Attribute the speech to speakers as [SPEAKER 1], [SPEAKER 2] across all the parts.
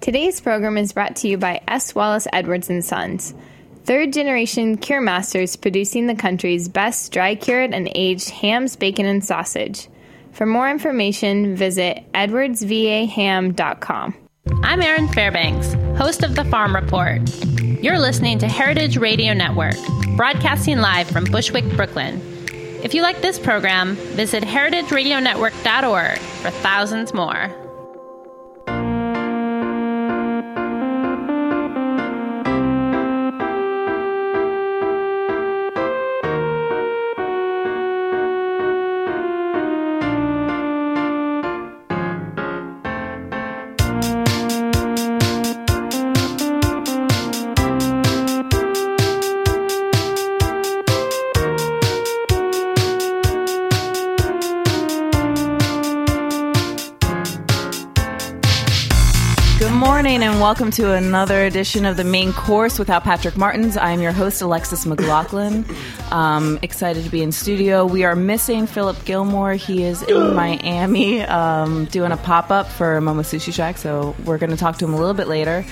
[SPEAKER 1] Today's program is brought to you by S. Wallace Edwards and Sons, third generation cure masters producing the country's best dry cured and aged hams, bacon, and sausage. For more information, visit edwardsvaham.com.
[SPEAKER 2] I'm Erin Fairbanks, host of The Farm Report. You're listening to Heritage Radio Network, broadcasting live from Bushwick, Brooklyn. If you like this program, visit heritageradionetwork.org for thousands more.
[SPEAKER 3] Good morning and welcome to another edition of the main course without Patrick Martins. I am your host, Alexis McLaughlin. Um, excited to be in studio. We are missing Philip Gilmore. He is in Miami um, doing a pop up for Momo Sushi Shack, so we're going to talk to him a little bit later.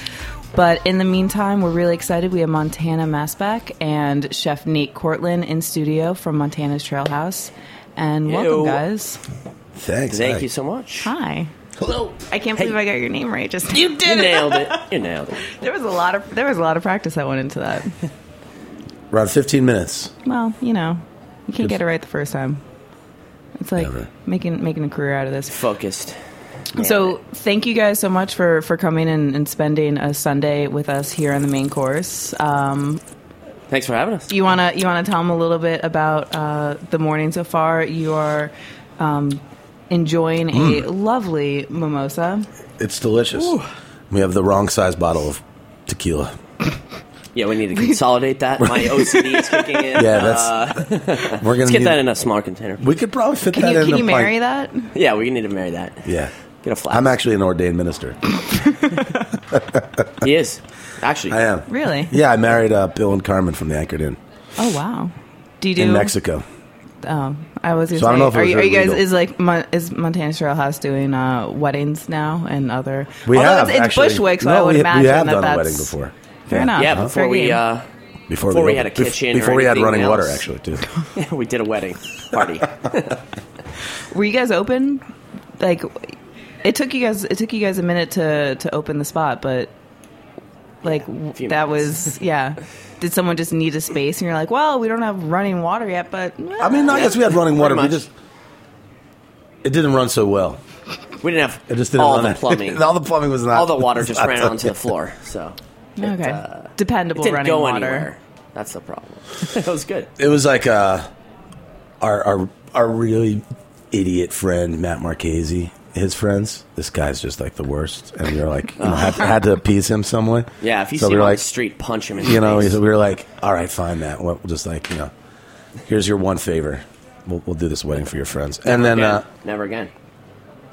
[SPEAKER 3] But in the meantime, we're really excited. We have Montana Masback and Chef Nate Cortland in studio from Montana's Trail House. And welcome,
[SPEAKER 4] Ew.
[SPEAKER 3] guys.
[SPEAKER 5] Thanks.
[SPEAKER 4] Thank
[SPEAKER 5] Hi.
[SPEAKER 4] you so much.
[SPEAKER 3] Hi.
[SPEAKER 4] Hello.
[SPEAKER 3] I can't believe I got your name right. Just you did
[SPEAKER 4] You nailed it. You nailed it.
[SPEAKER 3] There was a lot of there was a lot of practice that went into that.
[SPEAKER 5] Around 15 minutes.
[SPEAKER 3] Well, you know, you can't get it right the first time. It's like
[SPEAKER 5] Never.
[SPEAKER 3] making making a career out of this.
[SPEAKER 4] Focused. Nailed
[SPEAKER 3] So,
[SPEAKER 4] it.
[SPEAKER 3] thank you guys so much for for coming and, and spending a Sunday with us here on the main course. Um,
[SPEAKER 4] thanks for having us.
[SPEAKER 3] you wanna you wanna tell them a little bit about uh, the morning so far. You are. Um, Enjoying a
[SPEAKER 5] Mm.
[SPEAKER 3] lovely mimosa.
[SPEAKER 5] It's delicious. We have the wrong size bottle of tequila.
[SPEAKER 4] Yeah, we need to consolidate that. My OCD is kicking in.
[SPEAKER 5] Yeah, that's.
[SPEAKER 4] Uh,
[SPEAKER 5] we're gonna
[SPEAKER 4] let's get
[SPEAKER 5] need-
[SPEAKER 4] that in a small container.
[SPEAKER 5] We could probably fit
[SPEAKER 3] Can
[SPEAKER 5] that
[SPEAKER 3] you
[SPEAKER 5] in.
[SPEAKER 3] can
[SPEAKER 5] a
[SPEAKER 3] you
[SPEAKER 5] pint.
[SPEAKER 3] marry that?
[SPEAKER 4] Yeah, we need to marry that.
[SPEAKER 5] Yeah.
[SPEAKER 4] Get a flask.
[SPEAKER 5] I'm actually an ordained minister.
[SPEAKER 4] He is. Actually.
[SPEAKER 5] I am.
[SPEAKER 3] Really?
[SPEAKER 5] Yeah, I married uh, Bill and Carmen from the Anchored Inn
[SPEAKER 3] Oh wow! Do you do
[SPEAKER 5] in Mexico.
[SPEAKER 3] Oh, I was. Gonna
[SPEAKER 5] So
[SPEAKER 3] say,
[SPEAKER 5] I don't know if it
[SPEAKER 3] are,
[SPEAKER 5] was
[SPEAKER 3] you, are you guys
[SPEAKER 5] illegal.
[SPEAKER 3] is like Mon- is Montana Trail House doing uh, weddings now and other?
[SPEAKER 5] We
[SPEAKER 3] although
[SPEAKER 5] have
[SPEAKER 3] it's, it's
[SPEAKER 5] actually,
[SPEAKER 3] Bushwick, so
[SPEAKER 5] no,
[SPEAKER 3] I would
[SPEAKER 5] we,
[SPEAKER 3] imagine
[SPEAKER 5] we have
[SPEAKER 3] that
[SPEAKER 5] done
[SPEAKER 3] that's
[SPEAKER 5] a wedding before.
[SPEAKER 3] Fair
[SPEAKER 5] Yeah.
[SPEAKER 3] enough.
[SPEAKER 4] yeah,
[SPEAKER 3] Huh?
[SPEAKER 4] before
[SPEAKER 3] Fair
[SPEAKER 4] we
[SPEAKER 3] game.
[SPEAKER 4] uh,
[SPEAKER 5] Before,
[SPEAKER 4] Before we
[SPEAKER 5] opened-
[SPEAKER 4] had a
[SPEAKER 5] bef-
[SPEAKER 4] kitchen or
[SPEAKER 5] Before we had
[SPEAKER 4] anything
[SPEAKER 5] running water,
[SPEAKER 4] else.
[SPEAKER 5] actually, too.
[SPEAKER 4] uh, we did a wedding party.
[SPEAKER 3] Were you guys open? Like, it took you guys it took you guys a minute to to open the spot, but like w
[SPEAKER 4] few
[SPEAKER 3] that
[SPEAKER 4] minutes.
[SPEAKER 3] was yeah. Did someone just need a space and you're like, well, we don't have running water yet, but
[SPEAKER 5] I mean, I guess we had running water. We
[SPEAKER 4] much.
[SPEAKER 5] just. It didn't run so well.
[SPEAKER 4] We didn't have
[SPEAKER 5] It just didn't
[SPEAKER 4] all
[SPEAKER 5] run
[SPEAKER 4] the
[SPEAKER 5] out.
[SPEAKER 4] plumbing.
[SPEAKER 5] all the plumbing was not.
[SPEAKER 4] all the water just
[SPEAKER 5] not
[SPEAKER 4] ran
[SPEAKER 5] done
[SPEAKER 4] onto the
[SPEAKER 5] yet.
[SPEAKER 4] floor. So
[SPEAKER 3] okay,
[SPEAKER 4] uh, it
[SPEAKER 3] dependable
[SPEAKER 4] didn't
[SPEAKER 3] running
[SPEAKER 4] go
[SPEAKER 3] water.
[SPEAKER 4] anywhere. That's the problem. it was good.
[SPEAKER 5] it was like uh, our our our really idiot friend Matt Marchese, his friends. This guy's just like the worst, and we were like, you know, had, had to appease him some way.
[SPEAKER 4] Yeah, if you
[SPEAKER 5] so
[SPEAKER 4] see
[SPEAKER 5] we
[SPEAKER 4] him
[SPEAKER 5] were
[SPEAKER 4] on
[SPEAKER 5] like,
[SPEAKER 4] the street, punch him in the
[SPEAKER 5] you know,
[SPEAKER 4] face.
[SPEAKER 5] so we were like, all right, fine, Matt. We'll we'll just like, you know, here's your one favor. We'll, we'll do this wedding for your friends, and then
[SPEAKER 4] Again,
[SPEAKER 5] uh,
[SPEAKER 4] never again.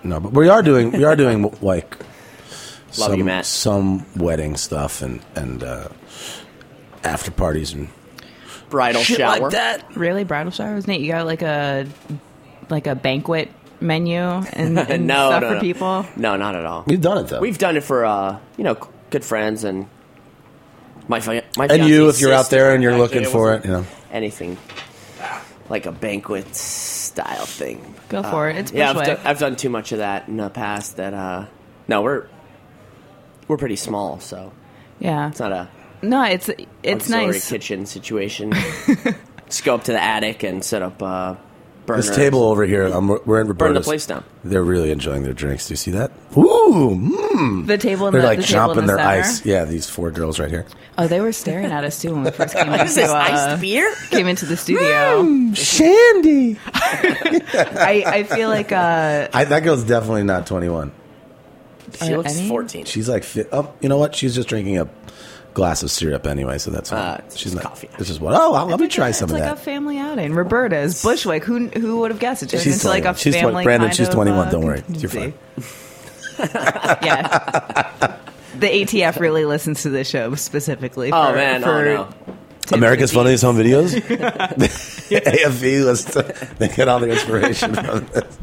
[SPEAKER 5] no, but we are doing we are doing like
[SPEAKER 4] Love
[SPEAKER 5] some
[SPEAKER 4] you, Matt.
[SPEAKER 5] some wedding stuff and and uh, after parties and
[SPEAKER 4] Bridal shower.
[SPEAKER 5] that.
[SPEAKER 3] Really, bridal showers, Nate? You got like a like a banquet menu and, and
[SPEAKER 4] no,
[SPEAKER 3] stuff
[SPEAKER 4] no,
[SPEAKER 3] for
[SPEAKER 4] no.
[SPEAKER 3] people.
[SPEAKER 4] No, not at all.
[SPEAKER 5] We've done it though.
[SPEAKER 4] We've done it for uh, you know, good friends and my fi- my
[SPEAKER 5] and you,
[SPEAKER 4] fiance's
[SPEAKER 5] if you're out
[SPEAKER 4] sister.
[SPEAKER 5] there and you're
[SPEAKER 4] Actually,
[SPEAKER 5] looking for
[SPEAKER 4] wasn't
[SPEAKER 5] it, you know.
[SPEAKER 4] anything like a banquet style thing.
[SPEAKER 3] Go for it. It's
[SPEAKER 4] Uh, yeah, I've,
[SPEAKER 3] Bushwick.
[SPEAKER 4] done- I've done too much of that in the past. That uh, no, we're we're pretty small, so
[SPEAKER 3] yeah.
[SPEAKER 4] it's not a
[SPEAKER 3] No, it's it's
[SPEAKER 4] auxiliary
[SPEAKER 3] nice.
[SPEAKER 4] kitchen situation. Just go up to the attic and set up uh, burners.
[SPEAKER 5] This table over here, um, we're- we're in Roberta's.
[SPEAKER 4] place down.
[SPEAKER 5] They're really enjoying their drinks. Do you see that? Ooh, mm.
[SPEAKER 3] The table and
[SPEAKER 5] they're
[SPEAKER 3] the,
[SPEAKER 5] like
[SPEAKER 3] the table in
[SPEAKER 5] chomping
[SPEAKER 3] the
[SPEAKER 5] their
[SPEAKER 3] center.
[SPEAKER 5] ice. Yeah, these four girls right here.
[SPEAKER 3] Oh, they were staring at us too when we first came
[SPEAKER 4] What
[SPEAKER 3] into
[SPEAKER 4] is this
[SPEAKER 3] uh,
[SPEAKER 4] iced beer?
[SPEAKER 3] came into the studio.
[SPEAKER 5] Mm, Shandy.
[SPEAKER 3] I, I feel like uh,
[SPEAKER 5] I, that girl's definitely not 21.
[SPEAKER 4] She
[SPEAKER 3] Are
[SPEAKER 4] looks
[SPEAKER 3] any?
[SPEAKER 4] fourteen.
[SPEAKER 5] She's like, fi- oh, you know what? She's just drinking a glass of syrup anyway, so that's fine.
[SPEAKER 4] Uh, it's
[SPEAKER 5] She's
[SPEAKER 4] just
[SPEAKER 5] not.
[SPEAKER 4] coffee.
[SPEAKER 5] This is what. Oh, I'll, let me try
[SPEAKER 3] it's
[SPEAKER 5] some of
[SPEAKER 3] like a
[SPEAKER 5] that.
[SPEAKER 3] family outing. Roberta's Bushwick. Who who would have guessed? It turned
[SPEAKER 5] She's
[SPEAKER 3] into like a
[SPEAKER 5] 21. She's 20
[SPEAKER 3] family.
[SPEAKER 5] Brandon,
[SPEAKER 3] kind
[SPEAKER 5] she's
[SPEAKER 3] of,
[SPEAKER 5] 21,
[SPEAKER 3] uh,
[SPEAKER 5] don't worry.
[SPEAKER 3] contingency.
[SPEAKER 5] You're fine.
[SPEAKER 3] yeah. The ATF really listens to this show specifically.
[SPEAKER 4] Oh
[SPEAKER 3] for-
[SPEAKER 4] man,
[SPEAKER 3] for
[SPEAKER 4] oh no.
[SPEAKER 5] America's Funniest Home Videos. E, AFV. Let's they get all their inspiration from this.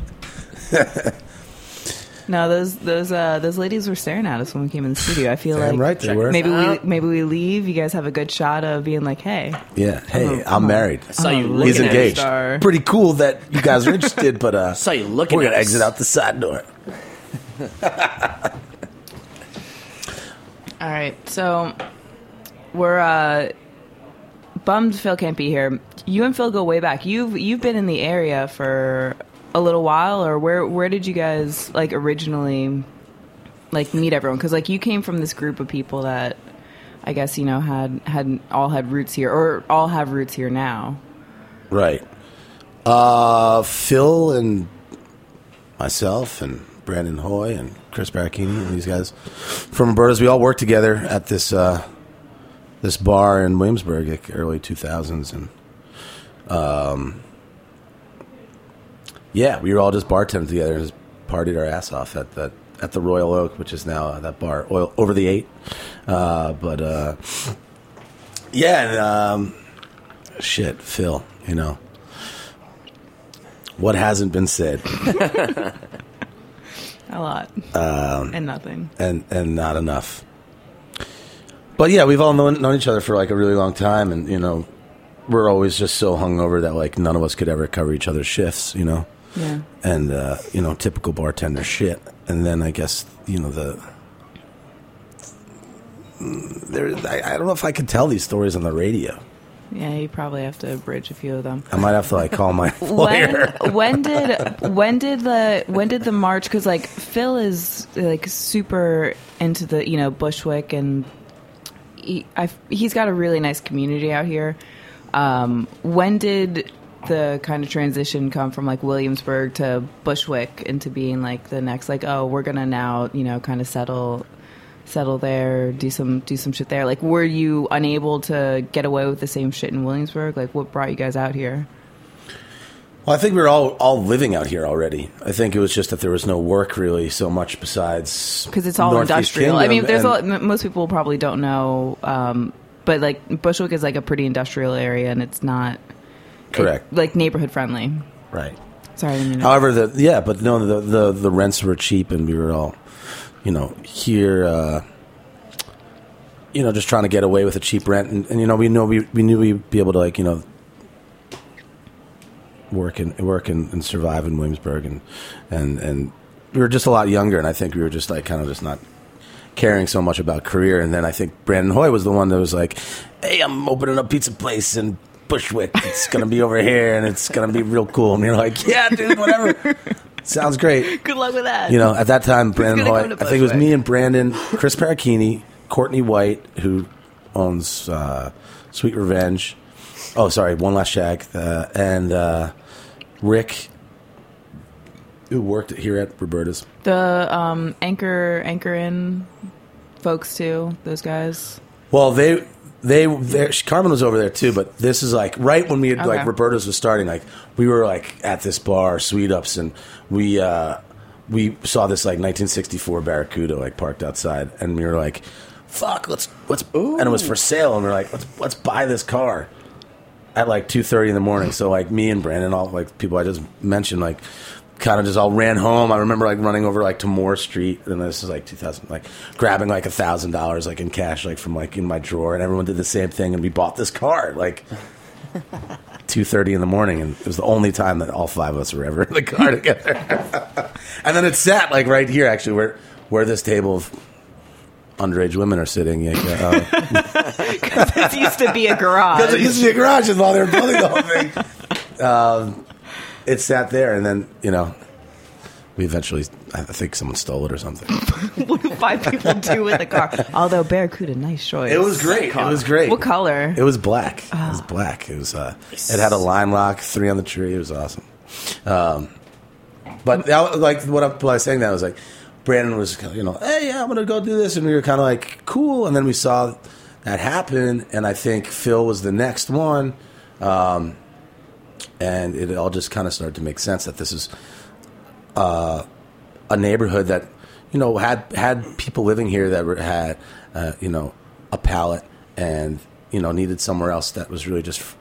[SPEAKER 3] No, those those uh, those ladies were staring at us when we came in the studio. I feel
[SPEAKER 5] Damn
[SPEAKER 3] like
[SPEAKER 5] right they were.
[SPEAKER 3] Maybe we
[SPEAKER 4] Out.
[SPEAKER 3] maybe we leave. You guys have a good shot of being like, hey,
[SPEAKER 5] Yeah. Hey, I'm married.
[SPEAKER 4] saw you
[SPEAKER 3] Oh,
[SPEAKER 4] looking
[SPEAKER 5] Oh, He's
[SPEAKER 4] at me.
[SPEAKER 5] engaged.
[SPEAKER 3] star.
[SPEAKER 5] Pretty cool that you guys are interested, but uh,
[SPEAKER 4] Saw you looking
[SPEAKER 5] We're gonna
[SPEAKER 4] at us.
[SPEAKER 5] exit out the side door.
[SPEAKER 3] all right. So we're uh, bummed Phil can't be here. You and Phil go way back. You've you've been in the area for a little while, or where where did you guys like originally like meet everyone? Because like you came from this group of people that I guess you know had had all had roots here, or all have roots here now.
[SPEAKER 5] Right. Uh, Phil and myself and Brandon Hoy and Chris Baracchini and these guys from Roberta's, we all worked together at this uh, this bar in Williamsburg, like early two thousands, and um, yeah, we were all just bartending together and just partied our ass off at that at the Royal Oak, which is now uh, that bar oil, over the eight, uh, but uh, yeah, and, um, shit, Phil, you know. What hasn't been said,
[SPEAKER 3] A lot. and nothing.
[SPEAKER 5] and and not enough. But yeah, we've all known, known each other for like a really long time, and you know, we're always just so hungover that like none of us could ever cover each other's shifts, you know,
[SPEAKER 3] Yeah.
[SPEAKER 5] and uh, you know, typical bartender shit. And then I guess you know the Mm, there. I, I don't know if I could tell these stories on the radio.
[SPEAKER 3] Yeah, you probably have to abridge a few of them.
[SPEAKER 5] I might have to like call my
[SPEAKER 3] When,
[SPEAKER 5] lawyer.
[SPEAKER 3] when did when did the when did the march? Because like Phil is like super into the you know Bushwick and he, I, he's got a really nice community out here. Um, when did the kind of transition come from like Williamsburg to Bushwick into being like the next like oh we're gonna now you know kind of settle settle there do some do some shit there like were you unable to get away with the same shit in Williamsburg like what brought you guys out here
[SPEAKER 5] Well, I think we were all all living out here already. I think it was just that there was no work really so much besides
[SPEAKER 3] because it's all
[SPEAKER 5] Northeast
[SPEAKER 3] industrial. I
[SPEAKER 5] Kingdom
[SPEAKER 3] mean, there's a
[SPEAKER 5] and-
[SPEAKER 3] lot, m- most people probably don't know, um, but like Bushwick is like a pretty industrial area, and it's not
[SPEAKER 5] correct,
[SPEAKER 3] like neighborhood friendly.
[SPEAKER 5] right?
[SPEAKER 3] Sorry, I didn't mean to-
[SPEAKER 5] However, the yeah, but no, the the the rents were cheap, and we were all, you know, here, uh, you know, just trying to get away with a cheap rent, and, and you know, we know we we knew we'd be able to like you know work and work and, and survive in Williamsburg, and and and we were just a lot younger, and I think we were just like kind of just not caring so much about career. And then I think Brandon Hoy was the one that was like, "Hey, I'm opening a pizza place in Bushwick. It's gonna be over here, and it's gonna be real cool." And you're like, "Yeah, dude, whatever. Sounds great."
[SPEAKER 3] Good luck with that.
[SPEAKER 5] You know, at that time, Brandon
[SPEAKER 3] gonna
[SPEAKER 5] Hoy.
[SPEAKER 3] come to
[SPEAKER 5] I think it was
[SPEAKER 3] Bushwick.
[SPEAKER 5] me and Brandon, Chris Paracchini, Courtney White, who owns uh, Sweet Revenge. Oh, sorry, One Last Shack, uh, and uh, Rick, who worked here at Roberta's.
[SPEAKER 3] the um, anchor anchor in folks too. Those guys.
[SPEAKER 5] Well, they they they- Carmen was over there too, but this is like right when we had,
[SPEAKER 3] Okay.
[SPEAKER 5] like Roberta's was starting. Like we were like at this bar, Sweet Ups, and we uh, we saw this like 1964 Barracuda like parked outside, and we were like, "Fuck, let's let's," and it was for sale, and we were like, "Let's let's buy this car." at like two thirty in the morning. So like me and Brandon, all like people I just mentioned, like kind of just all ran home. I remember like running over like to Moore Street, and this is like two thousand, like grabbing like a thousand dollars like in cash, like from like in my drawer, and everyone did the same thing, and we bought this car like. Two thirty in the morning, and it was the only time that all five of us were ever in the car together. and then it sat like right here, actually, where where this table of underage women are sitting. Like, uh,
[SPEAKER 3] this used to be a
[SPEAKER 5] because it
[SPEAKER 3] garage.
[SPEAKER 5] used to be a garage while they were building the whole thing. Um, it sat there, and then you know, we eventually. I think someone stole it or something.
[SPEAKER 3] what do five people do with a car? Although Barracuda, nice choice.
[SPEAKER 5] It was great. It was great.
[SPEAKER 3] What color?
[SPEAKER 5] It was black. It was black. It was. Uh, It had a lime lock, three on the tree. It was awesome. Um, but that, was- like what I, what I was saying, that was like Brandon was, you know, hey, yeah, I'm gonna go do this, and we were kind of like cool, and then we saw that happen, and I think Phil was the next one, um, and it all just kind of started to make sense that this is a neighborhood that you know had had people living here that were, had uh, you know a palate and you know needed somewhere else that was really just f-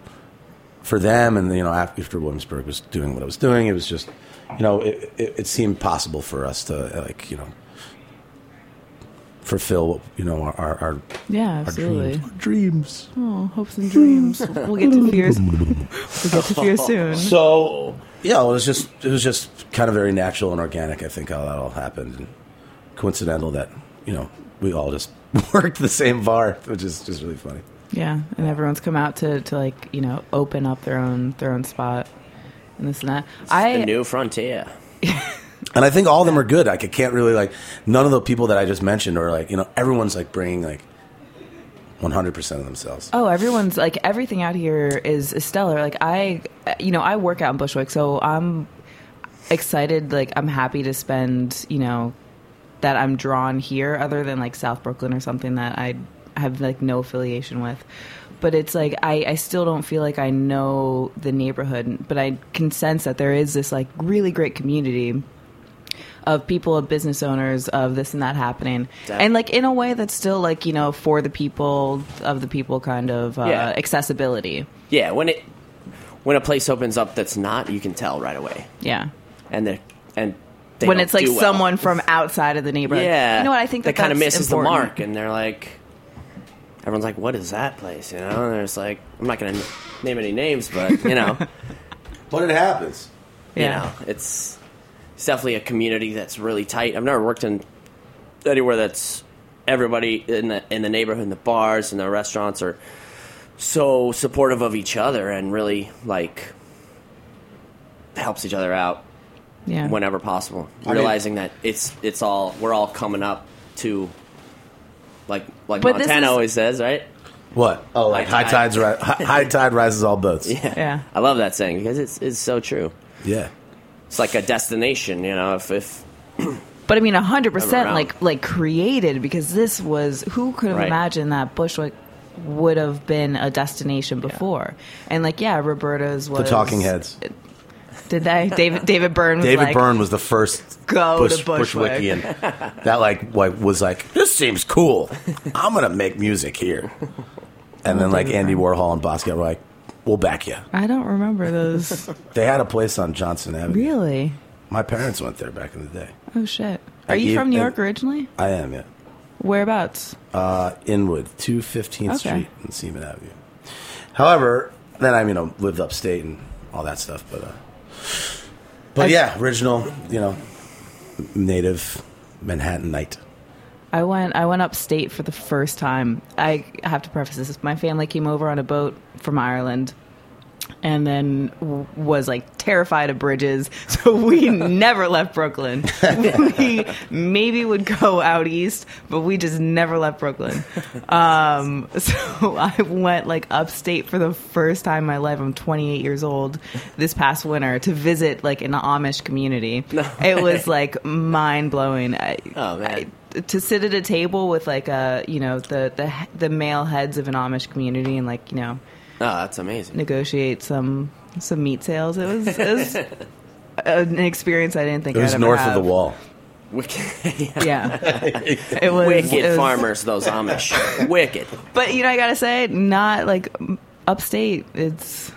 [SPEAKER 5] for them and you know after, after Williamsburg was doing what it was doing it was just you know, it, it, it seemed possible for us to like, you know, fulfill, you know, our, our, our
[SPEAKER 3] Yeah, absolutely.
[SPEAKER 5] dreams. Our dreams.
[SPEAKER 3] Oh, hopes and dreams. We'll get to fears. We'll get to fear soon.
[SPEAKER 5] So yeah, it was just it was just kind of very natural and organic. I think how that all happened, and coincidental that you know we all just worked the same bar, which is just really funny.
[SPEAKER 3] Yeah, and everyone's come out to, to like you know open up their own their own spot and this and that. I
[SPEAKER 4] the new frontier.
[SPEAKER 5] And I think all of them are good. Like, I can't really like none of the people that I just mentioned are like you know everyone's like bringing like one hundred percent of themselves.
[SPEAKER 3] Oh, everyone's like everything out here is, is stellar. Like I, you know, I work out in Bushwick, so I'm excited. Like I'm happy to spend, you know, that I'm drawn here, other than like South Brooklyn or something that I have like no affiliation with. But it's like I, I still don't feel like I know the neighborhood, but I can sense that there is this like really great community of people, of business owners, of this and that happening,
[SPEAKER 4] Def-
[SPEAKER 3] and like in a way that's still like you know for the people of the people kind of uh,
[SPEAKER 4] Yeah.
[SPEAKER 3] accessibility.
[SPEAKER 4] Yeah, when it when a place opens up that's not, you can tell right away,
[SPEAKER 3] Yeah,
[SPEAKER 4] and they and they
[SPEAKER 3] when
[SPEAKER 4] don't
[SPEAKER 3] it's like
[SPEAKER 4] do well.
[SPEAKER 3] someone from outside of the neighborhood.
[SPEAKER 4] yeah,
[SPEAKER 3] you know what I think
[SPEAKER 4] that
[SPEAKER 3] that
[SPEAKER 4] kind of
[SPEAKER 3] that's
[SPEAKER 4] misses
[SPEAKER 3] important.
[SPEAKER 4] the mark, and they're like, everyone's like, "What is that place?" You know, and there's like, I'm not gonna name any names, but you know,
[SPEAKER 5] But it happens.
[SPEAKER 4] you
[SPEAKER 3] Yeah.
[SPEAKER 4] know, it's it's definitely a community that's really tight. I've never worked in anywhere that's everybody in the in the neighborhood, in the bars and the restaurants are so supportive of each other and really like helps each other out
[SPEAKER 3] Yeah.
[SPEAKER 4] whenever possible.
[SPEAKER 5] I mean-
[SPEAKER 4] realizing that it's it's all we're all coming up to like like
[SPEAKER 3] But this
[SPEAKER 4] Montana
[SPEAKER 3] is-
[SPEAKER 4] always says, right?
[SPEAKER 5] What? Oh, like
[SPEAKER 4] High
[SPEAKER 5] high,
[SPEAKER 4] tide.
[SPEAKER 5] tides, ri- high, high tide rises all boats.
[SPEAKER 4] Yeah.
[SPEAKER 3] Yeah.
[SPEAKER 4] I love that saying because it's it's so true.
[SPEAKER 5] yeah.
[SPEAKER 4] It's like a destination, you know, if if
[SPEAKER 3] But I mean, hundred percent,
[SPEAKER 4] Around.
[SPEAKER 3] like like created because this was who could have
[SPEAKER 4] Right.
[SPEAKER 3] imagined that Bushwick would have been a destination before, and like yeah, Roberta's was
[SPEAKER 5] The Talking Heads.
[SPEAKER 3] Did they? David David Byrne. Was
[SPEAKER 5] David
[SPEAKER 3] like,
[SPEAKER 5] Byrne was the first
[SPEAKER 3] Go
[SPEAKER 5] Bush,
[SPEAKER 3] to Bushwick.
[SPEAKER 5] Bushwickian that like wa- was like this seems cool. I'm gonna make music here. And then like Andy Warhol and Basquiat were like, "We'll back you."
[SPEAKER 3] I don't remember those.
[SPEAKER 5] They had a place on Johnson Avenue.
[SPEAKER 3] really?
[SPEAKER 5] My parents went there back in the day.
[SPEAKER 3] Oh shit.
[SPEAKER 5] I
[SPEAKER 3] Are you
[SPEAKER 5] gave-
[SPEAKER 3] from New
[SPEAKER 5] I-
[SPEAKER 3] York originally?
[SPEAKER 5] I am yeah.
[SPEAKER 3] Whereabouts?
[SPEAKER 5] Uh, Inwood, two fifteenth
[SPEAKER 3] Okay.
[SPEAKER 5] Street and Seaman Avenue. However, then I you know lived upstate and all that stuff, but uh, but yeah, original you know native Manhattanite.
[SPEAKER 3] I went I went upstate for the first time. I have to preface this. My family came over on a boat from Ireland and then w- was like terrified of bridges. So we never left Brooklyn. we maybe would go out east, but we just never left Brooklyn. Um, so I went like upstate for the first time in my life. I'm 28 years old this past winter to visit like an Amish community. It was like mind blowing.
[SPEAKER 4] Oh, man.
[SPEAKER 3] to sit at a table with like a you know the the the male heads of an Amish community and like you know
[SPEAKER 4] oh, that's amazing.
[SPEAKER 3] negotiate some some meat sales. It was, it was an experience I didn't think
[SPEAKER 5] It was
[SPEAKER 3] I'd ever
[SPEAKER 5] north
[SPEAKER 3] have.
[SPEAKER 5] of the wall.
[SPEAKER 4] Wicked,
[SPEAKER 3] Yeah, it was
[SPEAKER 4] wicked
[SPEAKER 3] it was-
[SPEAKER 4] farmers, those Amish. wicked.
[SPEAKER 3] But you know, I gotta say, not like m- upstate. It's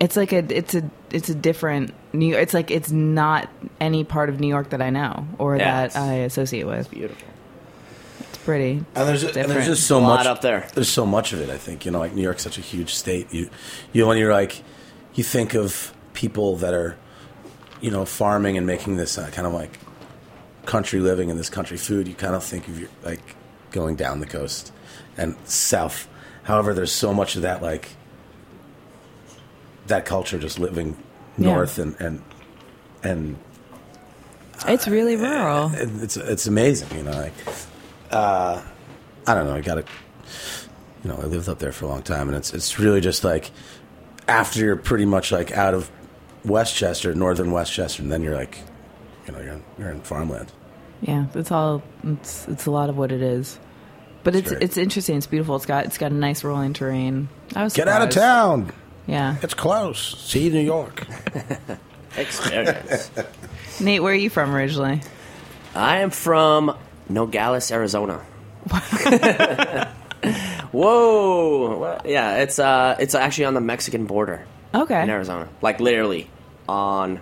[SPEAKER 3] it's like a it's a it's a different New. It's like it's not any part of New York that I know or
[SPEAKER 4] Yeah,
[SPEAKER 3] that
[SPEAKER 4] it's-
[SPEAKER 3] I associate with.
[SPEAKER 4] Beautiful.
[SPEAKER 3] It's pretty.
[SPEAKER 5] And there's, and
[SPEAKER 3] different.
[SPEAKER 5] there's just so
[SPEAKER 4] A lot
[SPEAKER 5] much
[SPEAKER 4] up there.
[SPEAKER 5] There's so much of it. I think you know, like New York's such a huge state. You, you know, when you're like, you think of people that are, you know, farming and making this uh, kind of like country living and this country food. You kind of think of your like going down the coast and south. However, there's so much of that like that culture just living
[SPEAKER 3] Yeah.
[SPEAKER 5] north and and and
[SPEAKER 3] It's really rural.
[SPEAKER 5] and it's it's amazing, you know. Like, uh, I don't know. I got to, you know, I lived up there for a long time, and it's it's really just like after you're pretty much like out of Westchester, northern Westchester, and then you're like, you know, you're in, you're in farmland.
[SPEAKER 3] Yeah, it's all it's it's a lot of what it is. But it's
[SPEAKER 5] right.
[SPEAKER 3] it's interesting. It's beautiful. It's got it's got a nice rolling terrain. I was
[SPEAKER 5] Get out of
[SPEAKER 3] surprised.
[SPEAKER 5] town.
[SPEAKER 3] Yeah,
[SPEAKER 5] It's close. See New York.
[SPEAKER 4] Experience.
[SPEAKER 3] Nate, where are you from originally?
[SPEAKER 4] I am from Nogales, Arizona. Whoa! What? Yeah, it's uh, it's actually on the Mexican border
[SPEAKER 3] Okay,
[SPEAKER 4] in Arizona, like literally on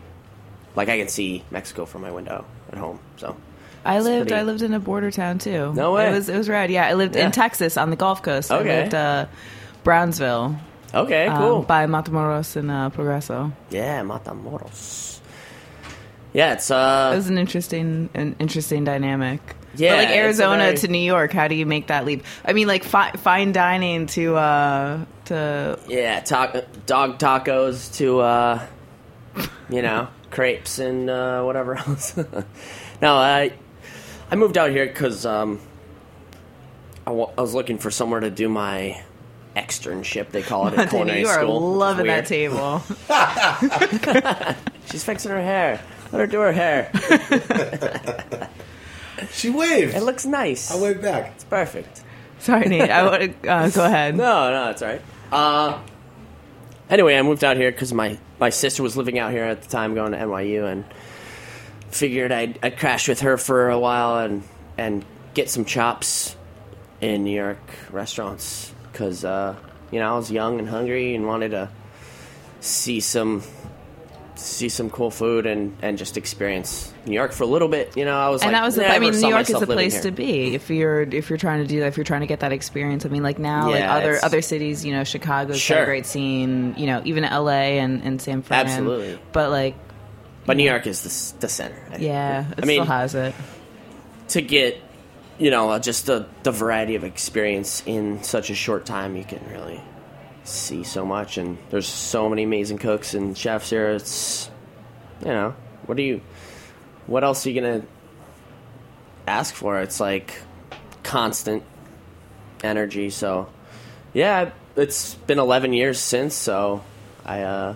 [SPEAKER 4] Like I can see Mexico from my window at home. So
[SPEAKER 3] I
[SPEAKER 4] It's
[SPEAKER 3] lived
[SPEAKER 4] pretty-
[SPEAKER 3] I lived in a border town too.
[SPEAKER 4] No way.
[SPEAKER 3] It was it was rad. Yeah, I lived
[SPEAKER 4] Yeah.
[SPEAKER 3] in Texas on the Gulf Coast.
[SPEAKER 4] Okay.
[SPEAKER 3] I lived uh, Brownsville,
[SPEAKER 4] okay,
[SPEAKER 3] um,
[SPEAKER 4] cool.
[SPEAKER 3] by Matamoros and uh, Progreso.
[SPEAKER 4] yeah, Matamoros. Yeah, it's uh,
[SPEAKER 3] It was an interesting an interesting dynamic.
[SPEAKER 4] Yeah,
[SPEAKER 3] but like
[SPEAKER 4] it's a
[SPEAKER 3] Arizona
[SPEAKER 4] very-
[SPEAKER 3] to New York, how do you make that leap? I mean, like fi- fine dining to uh, to
[SPEAKER 4] Yeah, ta- dog tacos to, uh, you know, crepes and uh, whatever else. no, I I moved out here because um, I wa- I was looking for somewhere to do my externship. They call it at culinary
[SPEAKER 3] you are
[SPEAKER 4] school. It's
[SPEAKER 3] loving
[SPEAKER 4] weird.
[SPEAKER 3] that table.
[SPEAKER 4] She's fixing her hair. Let her do her hair.
[SPEAKER 5] She waved.
[SPEAKER 4] It looks nice.
[SPEAKER 5] I waved back.
[SPEAKER 4] Perfect.
[SPEAKER 3] Sorry, Nate. I want to uh, go ahead.
[SPEAKER 4] No, no, it's all right. Uh, anyway, I moved out here because my, my sister was living out here at the time, going to NYU, and figured I'd, I'd crash with her for a while and and get some chops in New York restaurants because uh, you know I was young and hungry and wanted to see some see some cool food and, and just experience New York for a little bit. You know, I was
[SPEAKER 3] and
[SPEAKER 4] like,
[SPEAKER 3] that was the,
[SPEAKER 4] never
[SPEAKER 3] I mean,
[SPEAKER 4] saw
[SPEAKER 3] New York is
[SPEAKER 4] myself
[SPEAKER 3] the
[SPEAKER 4] living
[SPEAKER 3] place
[SPEAKER 4] here.
[SPEAKER 3] to be if you're if you're trying to do that. If you're trying to get that experience, I mean, like now, like
[SPEAKER 4] Yeah,
[SPEAKER 3] other
[SPEAKER 4] it's-
[SPEAKER 3] other cities, you know, Chicago's got
[SPEAKER 4] Sure.
[SPEAKER 3] a great scene. You know, even L.A. and and San Fran.
[SPEAKER 4] Absolutely.
[SPEAKER 3] but like,
[SPEAKER 4] But New York is the, s- the center. I think.
[SPEAKER 3] yeah, it
[SPEAKER 4] I mean,
[SPEAKER 3] still has it.
[SPEAKER 4] to get you know uh, just the, the variety of experience in such a short time you can really see so much and there's so many amazing cooks and chefs here it's you know what do you what else are you gonna ask for it's like constant energy so yeah it's been 11 years since so i uh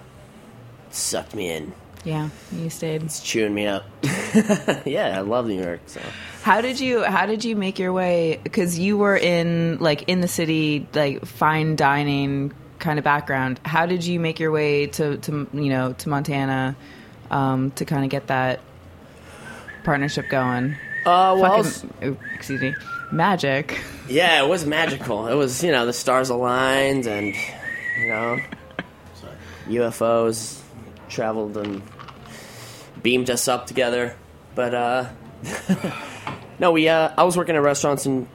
[SPEAKER 4] sucked me in
[SPEAKER 3] Yeah, you stayed.
[SPEAKER 4] it's chewing me up yeah i love new york so
[SPEAKER 3] How did you How did you make your way? Because you were in like in the city, like fine dining kind of background. How did you make your way to to you know to Montana um, to kind of get that partnership going?
[SPEAKER 4] uh well I
[SPEAKER 3] Fucking-
[SPEAKER 4] was-
[SPEAKER 3] oh, excuse me, magic.
[SPEAKER 4] Yeah, it was magical. It was, you know, the stars aligned and, you know, UFOs traveled and beamed us up together. But, uh, no, we, uh, I was working at restaurants in,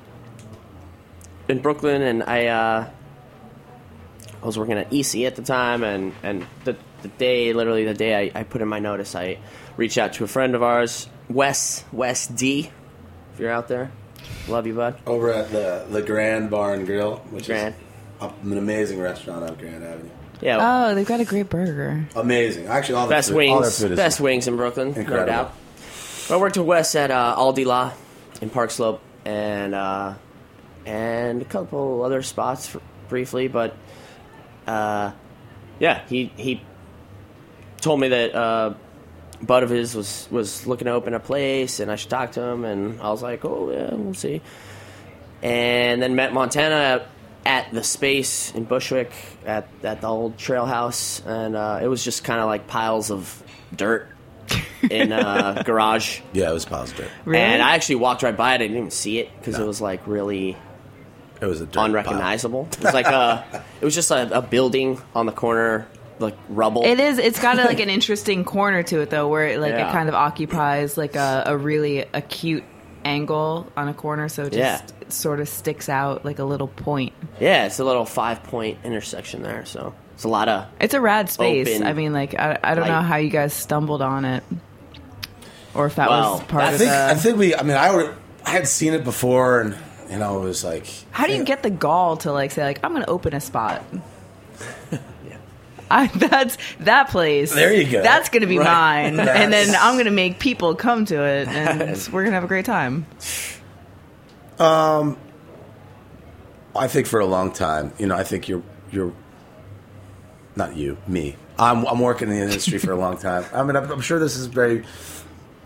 [SPEAKER 4] in Brooklyn and I, uh, I was working at EC at the time, and and the, the day, literally the day I, I put in my notice, I reached out to a friend of ours, Wes Wes D. If you're out there, love you, bud.
[SPEAKER 5] Over at the the Grand Bar and Grill, which
[SPEAKER 4] Grand.
[SPEAKER 5] is up, an amazing restaurant on Grand Avenue.
[SPEAKER 4] Yeah,
[SPEAKER 3] Oh, they've got a great burger.
[SPEAKER 5] Amazing. Actually, all the
[SPEAKER 4] Best
[SPEAKER 5] food, all their
[SPEAKER 4] wings,
[SPEAKER 5] food is
[SPEAKER 4] best wings in Brooklyn, no
[SPEAKER 5] Incredible.
[SPEAKER 4] doubt. I worked with Wes at uh, Aldi La in Park Slope, and uh, and a couple other spots for, briefly, but uh, yeah, he he told me that uh, Bud of his was was looking to open a place, and I should talk to him, and I was like, oh yeah, we'll see, and then met Montana. At the space in Bushwick, at, at the old trail house, and uh, it was just kind of like piles of dirt in a garage.
[SPEAKER 5] Yeah, it was positive.
[SPEAKER 3] Really?
[SPEAKER 4] And I actually walked right by it. I didn't even see it because it
[SPEAKER 5] No.
[SPEAKER 4] was like really
[SPEAKER 5] It was a dirt
[SPEAKER 4] unrecognizable. It was like a, it was just a, a building on the corner, like rubble.
[SPEAKER 3] It is. It's got like an interesting corner to it though, where it, like
[SPEAKER 4] Yeah.
[SPEAKER 3] it kind of occupies like a, a really acute angle on a corner, so it
[SPEAKER 4] Yeah.
[SPEAKER 3] just sort of sticks out like a little point.
[SPEAKER 4] Yeah, it's a little five point intersection there. So it's a lot of
[SPEAKER 3] It's a rad space.
[SPEAKER 4] Open
[SPEAKER 3] I mean, like I, I don't know
[SPEAKER 4] light.
[SPEAKER 3] how you guys stumbled on it, or if that
[SPEAKER 4] Well,
[SPEAKER 3] was part
[SPEAKER 5] I
[SPEAKER 3] of
[SPEAKER 5] think I
[SPEAKER 3] the.
[SPEAKER 5] think we. I mean, I would. I had seen it before, and you know, it was like.
[SPEAKER 3] How do you get the gall to like say like I'm going to open a spot? I, that's that place.
[SPEAKER 5] There you go.
[SPEAKER 3] That's going to be
[SPEAKER 5] Right.
[SPEAKER 3] mine, and then
[SPEAKER 5] That's-
[SPEAKER 3] I'm going to make people come to it, and we're going to have a great time.
[SPEAKER 5] I think for a long time, you know, I think you're you're not you, me. I'm I'm working in the industry for a long time. I mean, I'm, I'm sure this is very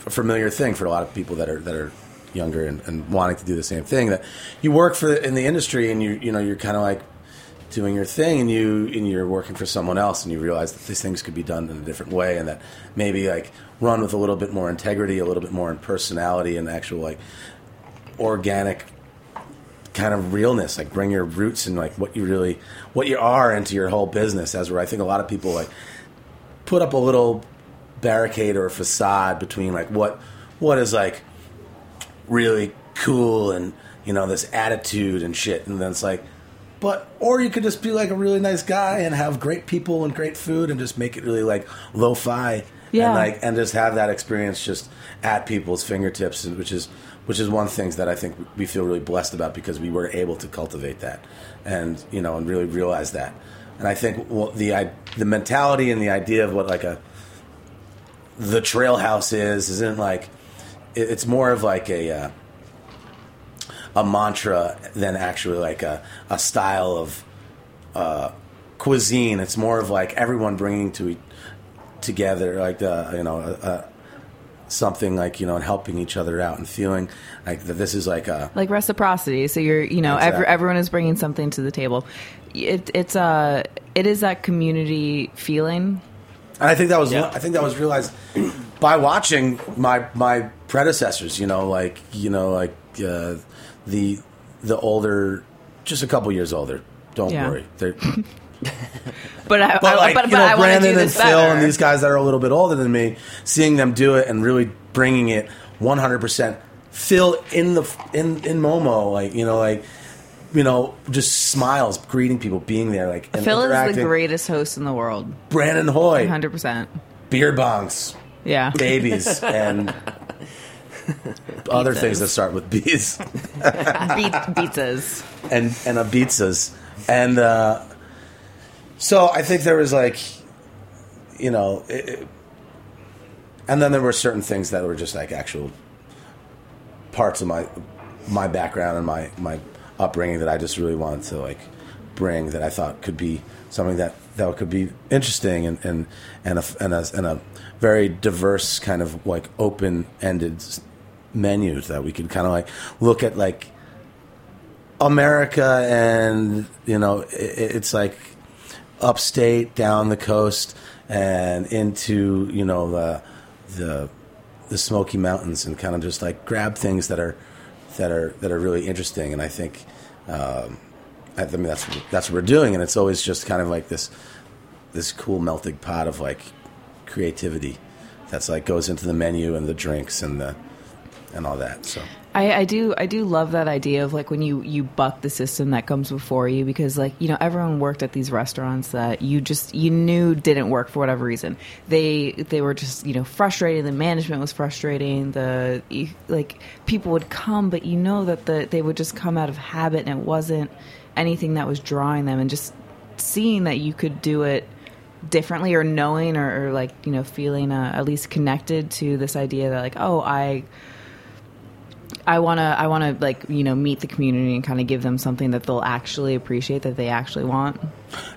[SPEAKER 5] a familiar thing for a lot of people that are that are younger and, and wanting to do the same thing. That you work for in the industry, and you you know you're kind of like doing your thing, and you and you're working for someone else, and you realize that these things could be done in a different way, and that maybe like run with a little bit more integrity, a little bit more in personality, and actual like organic kind of realness like bring your roots and like what you really what you are into your whole business as where i think a lot of people like put up a little barricade or a facade between like what what is like really cool and you know this attitude and shit and then it's like but or you could just be like a really nice guy and have great people and great food and just make it really like lo-fi
[SPEAKER 3] Yeah.
[SPEAKER 5] and like and just have that experience just at people's fingertips and- which is which is one of the things that I think we feel really blessed about because we were able to cultivate that and you know and really realize that and I think well, the i- the mentality and the idea of what like a the trail house is isn't like it- it's more of like a uh, a mantra than actually like a, a style of uh, cuisine. It's more of like everyone bringing to e- together like the you know uh, uh, something like you know and helping each other out and feeling like that this is like a
[SPEAKER 3] like reciprocity. So you're, you know,
[SPEAKER 5] Exactly.
[SPEAKER 3] every, everyone is bringing something to the table. It, it's uh, it is that community feeling.
[SPEAKER 5] And I think that was
[SPEAKER 4] Yeah.
[SPEAKER 5] I think that was realized by watching my my predecessors. You know, like you know, like uh, the the older, just a couple years older. Don't
[SPEAKER 3] Yeah.
[SPEAKER 5] worry, they're,
[SPEAKER 3] But I,
[SPEAKER 5] but
[SPEAKER 3] I-
[SPEAKER 5] like
[SPEAKER 3] but,
[SPEAKER 5] you
[SPEAKER 3] but
[SPEAKER 5] know,
[SPEAKER 3] I want to
[SPEAKER 5] Brandon
[SPEAKER 3] do
[SPEAKER 5] and
[SPEAKER 3] this
[SPEAKER 5] Phil
[SPEAKER 3] better.
[SPEAKER 5] and these guys that are a little bit older than me, seeing them do it and really bringing it one hundred percent. Phil in the in in Momo, like you know, like you know, just smiles, greeting people, being there, like and
[SPEAKER 3] Phil is the
[SPEAKER 5] interacting.
[SPEAKER 3] greatest host in the world.
[SPEAKER 5] Brandon Hoy,
[SPEAKER 3] Hundred percent.
[SPEAKER 5] beer bongs,
[SPEAKER 3] Yeah.
[SPEAKER 5] babies and other things that start with bees
[SPEAKER 3] Beat, pizzas.
[SPEAKER 5] and and pizzas and uh, so I think there was like you know it, it- and then there were certain things that were just like actual parts of my my background and my my upbringing that I just really wanted to like bring that I thought could be something that that could be interesting and and and a and a, and a very diverse kind of like open ended menu that we could kind of like look at like America and you know i i- it's like upstate down the coast and into you know the the the Smoky Mountains and kind of just like grab things that are that are that are really interesting and I think um, I mean that's that's what we're doing and it's always just kind of like this this cool melting pot of like creativity that's like goes into the menu and the drinks and the and all that so
[SPEAKER 3] I, I do I do love that idea of like when you you buck the system that comes before you because like you know everyone worked at these restaurants that you just you knew didn't work for whatever reason they they were just you know frustrated the management was frustrating the you- like people would come but you know that the they would just come out of habit and it wasn't anything that was drawing them and just seeing that you could do it differently or knowing or, or like you know feeling uh, at least connected to this idea that like oh I I want to I want to like you know meet the community and kind of give them something that they'll actually appreciate that they actually want.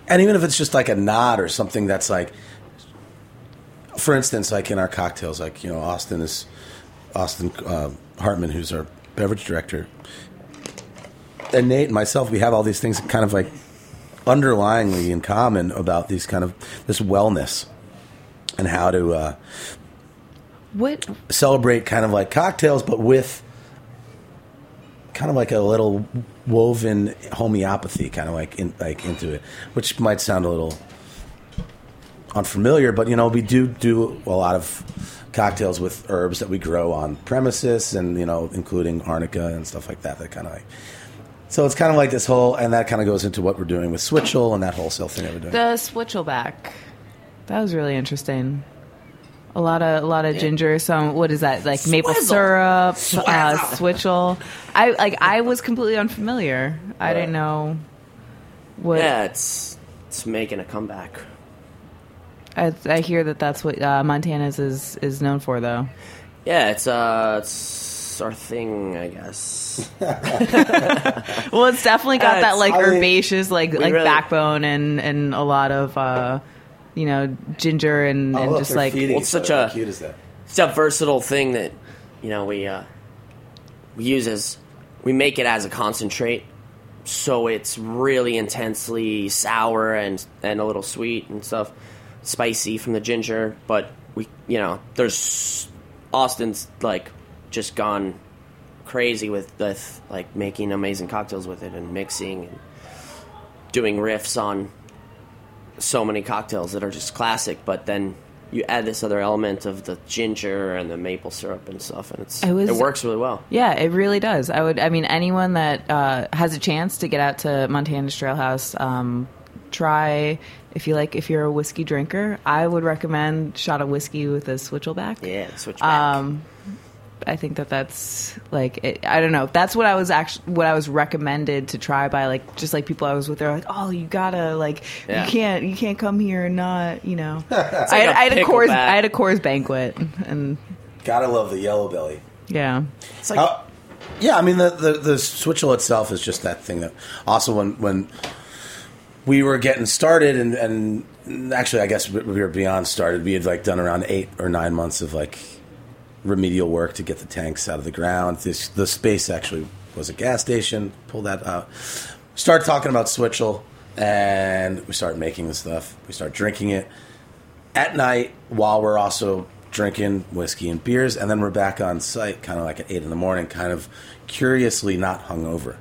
[SPEAKER 5] And even if it's just like a nod or something that's like, for instance, like in our cocktails, like, you know, Austin is, Austin uh, Hartman, who's our beverage director, and Nate and myself, we have all these things kind of like underlyingly in common about these kind of, this wellness and how to, uh,
[SPEAKER 3] What
[SPEAKER 5] celebrate kind of like cocktails, but with kind of like a little woven homeopathy, kind of like in, like into it, which might sound a little unfamiliar, but you know we do do a lot of cocktails with herbs that we grow on premises, and you know including arnica and stuff like that. That kind of like. So it's kind of like this whole, and that kind of goes into what we're doing with Switchel and that wholesale thing that we're doing.
[SPEAKER 3] the switchleback? That was really interesting. A lot of a lot of ginger. Some what is that like maple syrup? Uh, switchel. I like I was completely unfamiliar. I didn't know what.
[SPEAKER 4] Yeah, it's it's making a comeback.
[SPEAKER 3] I, I hear that that's what uh, Montana's is is known for though.
[SPEAKER 4] Yeah, it's uh, it's our thing, I guess.
[SPEAKER 3] Well, it's definitely got
[SPEAKER 4] Uh,
[SPEAKER 3] that
[SPEAKER 4] it's-
[SPEAKER 3] like
[SPEAKER 5] I mean,
[SPEAKER 3] herbaceous, like like
[SPEAKER 4] really-
[SPEAKER 3] backbone and and a lot of uh, you know ginger and,
[SPEAKER 5] Oh,
[SPEAKER 3] and just like
[SPEAKER 4] Well, it's each such other. a- How
[SPEAKER 5] cute
[SPEAKER 4] cute
[SPEAKER 5] is that?
[SPEAKER 4] It's a versatile thing that you know we uh, we use as we make it as a concentrate, so it's really intensely sour and and a little sweet and stuff, spicy from the ginger. But we you know there's Austin's like just gone crazy with with like making amazing cocktails with it and mixing and doing riffs on so many cocktails that are just classic, but then you add this other element of the ginger and the maple syrup and stuff, and it's
[SPEAKER 3] I was-
[SPEAKER 4] it works really well.
[SPEAKER 3] Yeah, it really does. I would. I mean, anyone that uh, has a chance to get out to Montana's Trailhouse, um, try if you like. If you're a whiskey drinker, I would recommend shot of whiskey with a switchback.
[SPEAKER 4] Yeah, switch back.
[SPEAKER 3] Um, I think that that's like it, I don't know. That's what I was actually what I was recommended to try by like just like people I was with. They're like, oh, you gotta like
[SPEAKER 4] Yeah.
[SPEAKER 3] you can't you can't come here and not you know. I, had,
[SPEAKER 4] a
[SPEAKER 3] I had a
[SPEAKER 4] pickle
[SPEAKER 3] Coors
[SPEAKER 4] bag.
[SPEAKER 3] I had a Coors banquet and
[SPEAKER 5] Gotta love the yellow belly.
[SPEAKER 3] yeah.
[SPEAKER 4] it's like
[SPEAKER 5] Uh, yeah, I mean the the, the switchel itself is just that thing that. Also, when when we were getting started, and and actually, I guess we we were beyond started. We had like done around eight or nine months of like remedial work to get the tanks out of the ground. This the space actually was a gas station. Pull that out. Start talking about switchel, and we start making the stuff. We start drinking it at night while we're also drinking whiskey and beers, and then we're back on site, kind of like at eight in the morning, kind of curiously not hungover.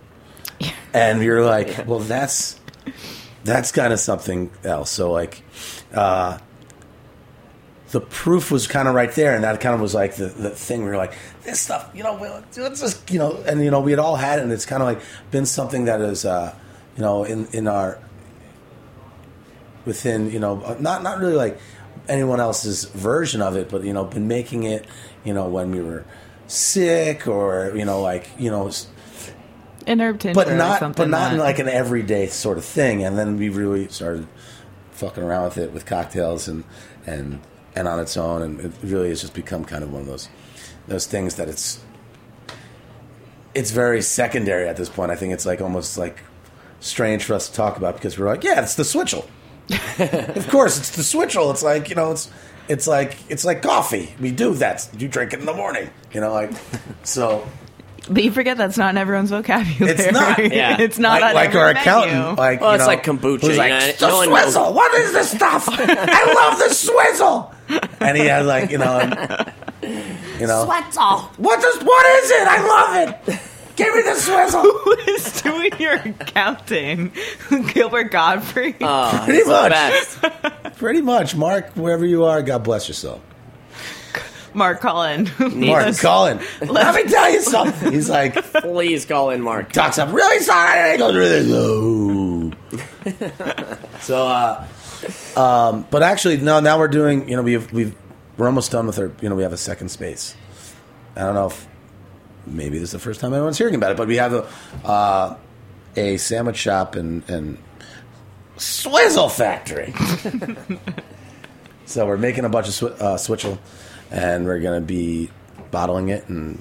[SPEAKER 5] And you're like, well, that's that's kind of something else. So like, uh, the proof was kind of right there, and that kind of was like the, the thing. We were like, this stuff, you know, we'll, let's just, you know, and you know, we had all had it, and it's kind of like been something that is, uh, you know, in in our within you know uh, not not really like anyone else's version of it but you know been making it you know when we were sick or you know like you know s-
[SPEAKER 3] An herb tincture,
[SPEAKER 5] but
[SPEAKER 3] or
[SPEAKER 5] not
[SPEAKER 3] something
[SPEAKER 5] but not
[SPEAKER 3] that-
[SPEAKER 5] in like an everyday sort of thing and then we really started fucking around with it with cocktails and and and on its own and it really has just become kind of one of those those things that it's it's very secondary at this point i think it's like almost like strange for us to talk about because we're like yeah it's the switchel of course it's the switchel it's like you know it's it's like it's like coffee we do that you drink it in the morning you know like so
[SPEAKER 3] But you forget that's not in everyone's vocabulary.
[SPEAKER 5] It's not,
[SPEAKER 4] yeah.
[SPEAKER 3] it's not on
[SPEAKER 5] like, like our
[SPEAKER 3] everyone's
[SPEAKER 5] accountant.
[SPEAKER 3] menu.
[SPEAKER 5] Like,
[SPEAKER 4] Well,
[SPEAKER 5] you
[SPEAKER 4] it's
[SPEAKER 5] know,
[SPEAKER 4] like kombucha,
[SPEAKER 5] Who's like,
[SPEAKER 4] you know,
[SPEAKER 5] the
[SPEAKER 4] no one knows."
[SPEAKER 5] swizzle. What is this stuff? I love the swizzle. And he had like, you know, and, you know, swizzle. What is what is it? I love it. Give me the swizzle.
[SPEAKER 3] Who is doing your accounting? Gilbert Godfrey.
[SPEAKER 4] oh,
[SPEAKER 5] Pretty
[SPEAKER 4] it's the
[SPEAKER 5] much.
[SPEAKER 4] best.
[SPEAKER 5] Pretty much, Mark. Wherever you are, God bless yourself.
[SPEAKER 3] Mark Cullen.
[SPEAKER 5] Mark, Colin. Let me tell you something. He's like,
[SPEAKER 4] Please call in Mark.
[SPEAKER 5] talks up. Really sorry, I didn't go through this. Oh. so, uh, um, but actually, no. Now we're doing. You know, we've we've we're almost done with our. You know, we have a second space. I don't know if maybe this is the first time anyone's hearing about it, but we have a uh, a sandwich shop and and swizzle factory. so we're making a bunch of swi- uh, switchel, and we're going to be bottling it, and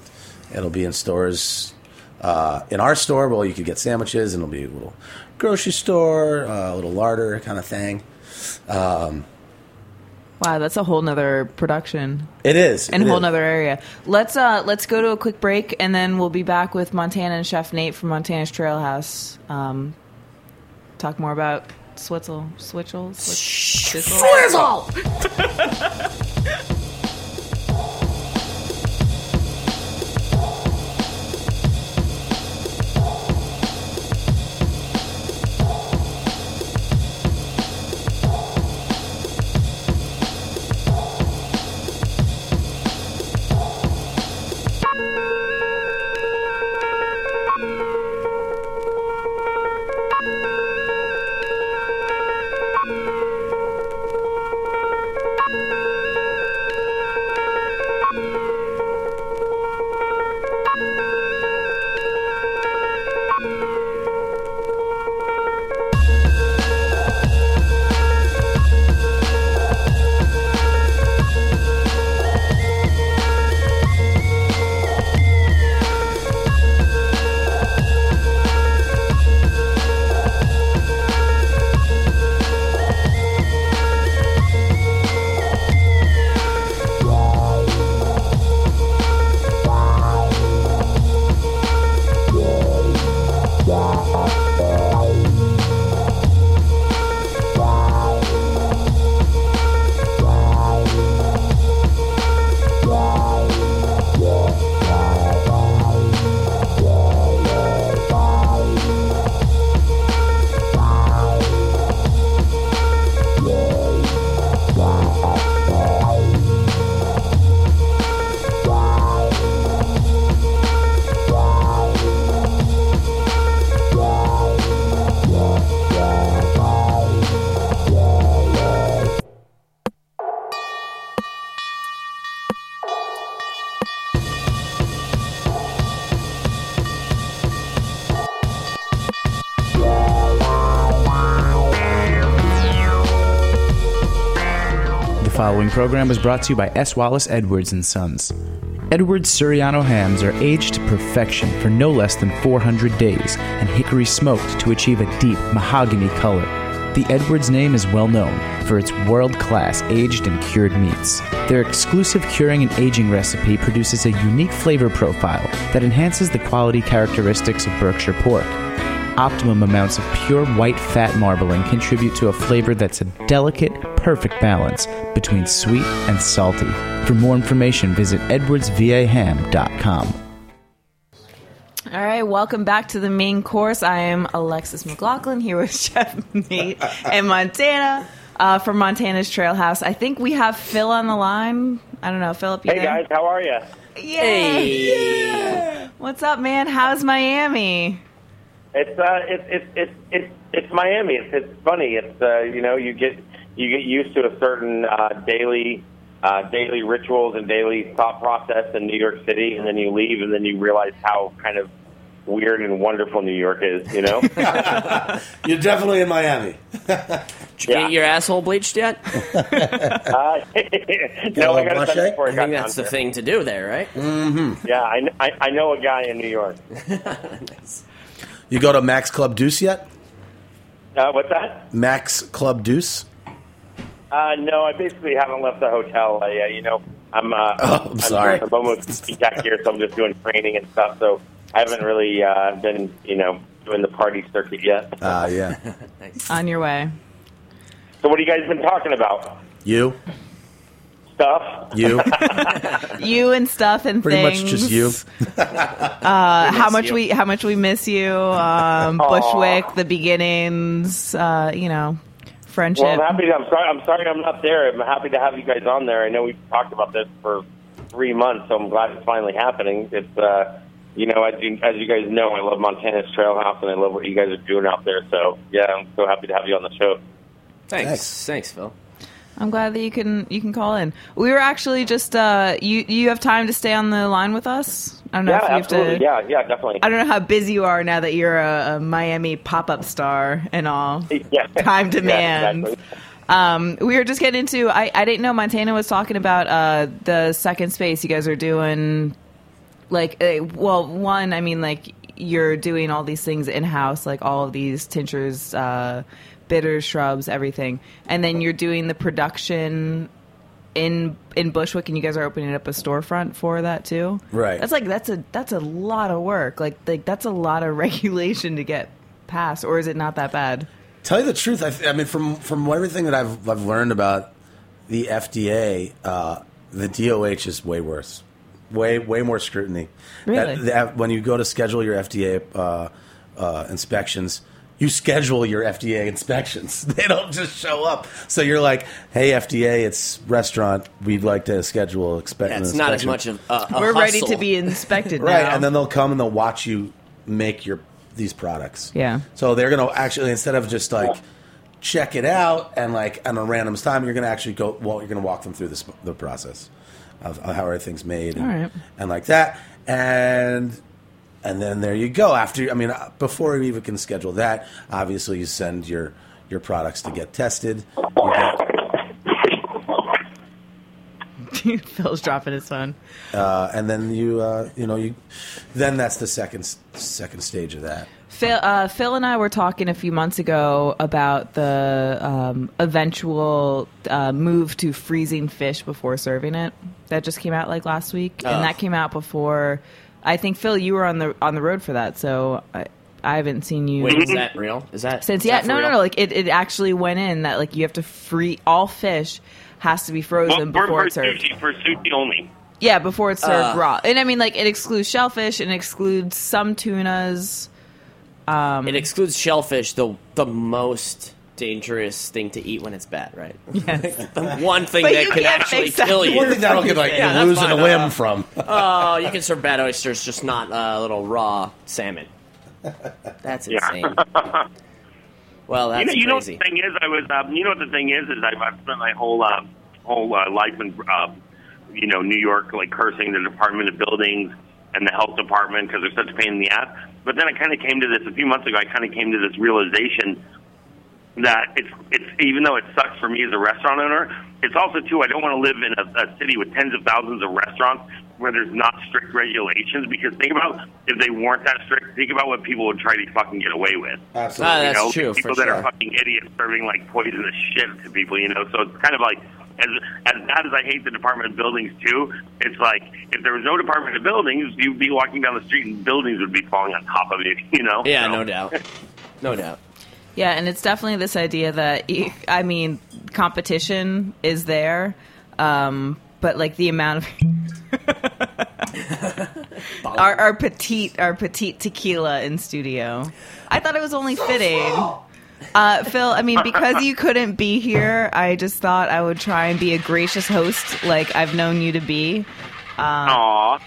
[SPEAKER 5] it'll be in stores. Uh, in our store, well, you could get sandwiches, and it'll be a little grocery store, uh, a little larder kind of thing.
[SPEAKER 3] wow, that's a whole nother production
[SPEAKER 5] It is,
[SPEAKER 3] and
[SPEAKER 5] it
[SPEAKER 3] a whole
[SPEAKER 5] is.
[SPEAKER 3] nother area. Let's uh let's go to a quick break and then we'll be back with Montana and Chef Nate from Montana's Trailhouse. Um, talk more about Switzel Switzel Switzel.
[SPEAKER 5] swizzle.
[SPEAKER 6] following program was brought to you by S. Wallace Edwards and Sons. Edwards Suriano hams are aged to perfection for no less than 400 days and hickory smoked to achieve a deep mahogany color. The Edwards name is well known for its world class aged and cured meats. Their exclusive curing and aging recipe produces a unique flavor profile that enhances the quality characteristics of Berkshire pork. Optimum amounts of pure white fat marbling contribute to a flavor that's a delicate, perfect balance between sweet and salty. For more information, visit edwardsvaham.com.
[SPEAKER 3] All right, welcome back to the main course. I am Alexis McLaughlin here with Chef Nate and Montana uh, from Montana's Trail House. I think we have Phil on the line. I don't know, Philip. You
[SPEAKER 7] Hey
[SPEAKER 3] there?
[SPEAKER 7] guys, how are you?
[SPEAKER 3] Yay! Yeah. What's up, man? How's Miami?
[SPEAKER 7] It's uh, it's it's it's it's it's Miami. It's it's funny. It's uh, you know, you get you get used to a certain uh, daily uh, daily rituals and daily thought process in New York City, and then you leave, and then you realize how kind of weird and wonderful New York is. You know?
[SPEAKER 5] You're definitely in Miami.
[SPEAKER 4] Did you
[SPEAKER 7] Yeah.
[SPEAKER 4] get your asshole bleached yet? I
[SPEAKER 7] uh, no, I got to
[SPEAKER 5] blush, eh?
[SPEAKER 7] it before I, got
[SPEAKER 4] think that's the
[SPEAKER 7] down here.
[SPEAKER 4] thing to do there, right?
[SPEAKER 5] Mm-hmm.
[SPEAKER 7] Yeah, I, kn- I I know a guy in New York.
[SPEAKER 5] You go to Max Club Deuce yet?
[SPEAKER 7] Uh, what's that?
[SPEAKER 5] Max Club Deuce?
[SPEAKER 7] Uh, no, I basically haven't left the hotel. I, uh, you know, I'm. Uh,
[SPEAKER 5] Oh, I'm sorry.
[SPEAKER 7] I'm almost back here, so I'm just doing training and stuff. So I haven't really uh, been, you know, doing the party circuit yet.
[SPEAKER 5] Ah, yeah.
[SPEAKER 3] On your way.
[SPEAKER 7] so what have you guys been talking about?
[SPEAKER 5] You?
[SPEAKER 7] Stuff.
[SPEAKER 5] You?
[SPEAKER 3] You and stuff and
[SPEAKER 5] Pretty
[SPEAKER 3] things.
[SPEAKER 5] much just you.
[SPEAKER 3] Uh, how much we how much we miss you? Um, Bushwick, the beginnings. Uh, you know, friendship.
[SPEAKER 7] Well, I'm happy. To, I'm sorry. I'm sorry. I'm not there. I'm happy to have you guys on there. I know we've talked about this for three months, so I'm glad it's finally happening. It's, uh, you know, as you, as you guys know, I love Montana's Trail House, and I love what you guys are doing out there. So yeah, I'm so happy to have you on the show.
[SPEAKER 4] Thanks.
[SPEAKER 5] Thanks.
[SPEAKER 4] Thanks, Phil.
[SPEAKER 3] I'm glad that you can you can call in. We were actually just uh, you you have time to stay on the line with us. I don't know
[SPEAKER 7] Yeah,
[SPEAKER 3] if you have
[SPEAKER 7] absolutely.
[SPEAKER 3] to.
[SPEAKER 7] Yeah, yeah, definitely.
[SPEAKER 3] I don't know how busy you are now that you're a, a Miami pop up star and all.
[SPEAKER 7] yeah.
[SPEAKER 3] Time
[SPEAKER 7] Yeah,
[SPEAKER 3] demands.
[SPEAKER 7] exactly.
[SPEAKER 3] Um, we were just getting into. I, I didn't know Montana was talking about uh, the second space you guys are doing. Like, uh, well, one, I mean, like you're doing all these things in house, like all of these tinctures, uh, bitters, shrubs, everything, and then you're doing the production in in Bushwick, and you guys are opening up a storefront for that too.
[SPEAKER 5] Right.
[SPEAKER 3] That's like that's a that's a lot of work. Like like that's a lot of regulation to get passed, or is it not that bad?
[SPEAKER 5] Tell you the truth, I, th- I mean, from from everything that I've I've learned about the FDA, uh, the DOH is way worse, way way more scrutiny.
[SPEAKER 3] Really?
[SPEAKER 5] That- that- when you go to schedule your FDA uh, uh, inspections, you schedule your FDA inspections. They don't just show up. So you're like, hey FDA, it's restaurant. We'd like to schedule expect.
[SPEAKER 4] That's
[SPEAKER 5] an
[SPEAKER 4] not as
[SPEAKER 5] inspection."
[SPEAKER 4] much of a, a
[SPEAKER 3] We're ready to
[SPEAKER 4] hustle.
[SPEAKER 3] be inspected
[SPEAKER 5] right
[SPEAKER 3] now.
[SPEAKER 5] and then they'll come and they'll watch you make your these products
[SPEAKER 3] Yeah.
[SPEAKER 5] so they're gonna actually instead of just like check it out and like on a random time you're gonna actually go well you're gonna walk them through this the process of, of how everything's made and,
[SPEAKER 3] All right.
[SPEAKER 5] and like that and and then there you go after i mean uh, before you even can schedule that obviously you send your your products to get tested You get-
[SPEAKER 3] Phil's dropping his phone.
[SPEAKER 5] uh, and then you uh, you know you then that's the second s- second stage of that
[SPEAKER 3] Phil, uh, Phil and I were talking a few months ago about the um, eventual uh, move to freezing fish before serving it. That just came out like last week, and that came out before. I think Phil, you were on the on the road for that, so I, I haven't seen you.
[SPEAKER 4] Wait, is that real? Is that
[SPEAKER 3] since
[SPEAKER 4] is
[SPEAKER 3] yeah
[SPEAKER 4] that
[SPEAKER 3] no
[SPEAKER 4] for
[SPEAKER 3] no
[SPEAKER 4] real?
[SPEAKER 3] no like it, it actually went in that like you have to free all fish has to be frozen before it's served
[SPEAKER 7] for sushi only.
[SPEAKER 3] yeah before it's served raw and i mean like it excludes shellfish and excludes some tunas
[SPEAKER 4] It excludes shellfish, the the most dangerous thing to eat when it's bad, right? the one thing
[SPEAKER 3] But
[SPEAKER 4] that
[SPEAKER 3] you
[SPEAKER 4] could
[SPEAKER 3] can't
[SPEAKER 4] actually
[SPEAKER 3] make that
[SPEAKER 4] kill
[SPEAKER 5] One thing
[SPEAKER 4] you.
[SPEAKER 5] that'll get like
[SPEAKER 4] Yeah,
[SPEAKER 5] you're
[SPEAKER 4] that's
[SPEAKER 5] losing a
[SPEAKER 4] fine. Uh,
[SPEAKER 5] limb from.
[SPEAKER 4] Oh, you can serve bad oysters, just not uh, little raw salmon. That's insane. Well, that's
[SPEAKER 7] you know,
[SPEAKER 4] crazy.
[SPEAKER 7] You know what the thing is, I was. Um, you know what the thing is, is I've, I've spent my whole uh, whole uh, life in, uh, you know, New York, like cursing the Department of Buildings and the Health Department because they're such a pain in the ass. But then I kind of came to this a few months ago. I kind of came to this realization that it's it's even though it sucks for me as a restaurant owner, it's also too I don't want to live in a, a city with tens of thousands of restaurants where there's not strict regulations because think about if they weren't that strict, think about what people would try to fucking get away with.
[SPEAKER 5] Absolutely.
[SPEAKER 4] Ah,
[SPEAKER 7] You
[SPEAKER 4] that's
[SPEAKER 7] know,
[SPEAKER 4] true,
[SPEAKER 7] People
[SPEAKER 4] for
[SPEAKER 7] that
[SPEAKER 4] sure.
[SPEAKER 7] are fucking idiots serving like poisonous shit to people, you know. So it's kind of like as as bad as I hate the Department of Buildings too, it's like if there was no Department of Buildings, you'd be walking down the street and buildings would be falling on top of you, you know.
[SPEAKER 4] Yeah,
[SPEAKER 7] So-
[SPEAKER 4] no doubt. No doubt.
[SPEAKER 3] Yeah, and it's definitely this idea that e- I mean, competition is there, um, but like the amount of our, our petite our petite tequila in studio. I thought it was only fitting. Uh, Phil, I mean, because you couldn't be here, I just thought I would try and be a gracious host, like I've known you to be.
[SPEAKER 7] Aw.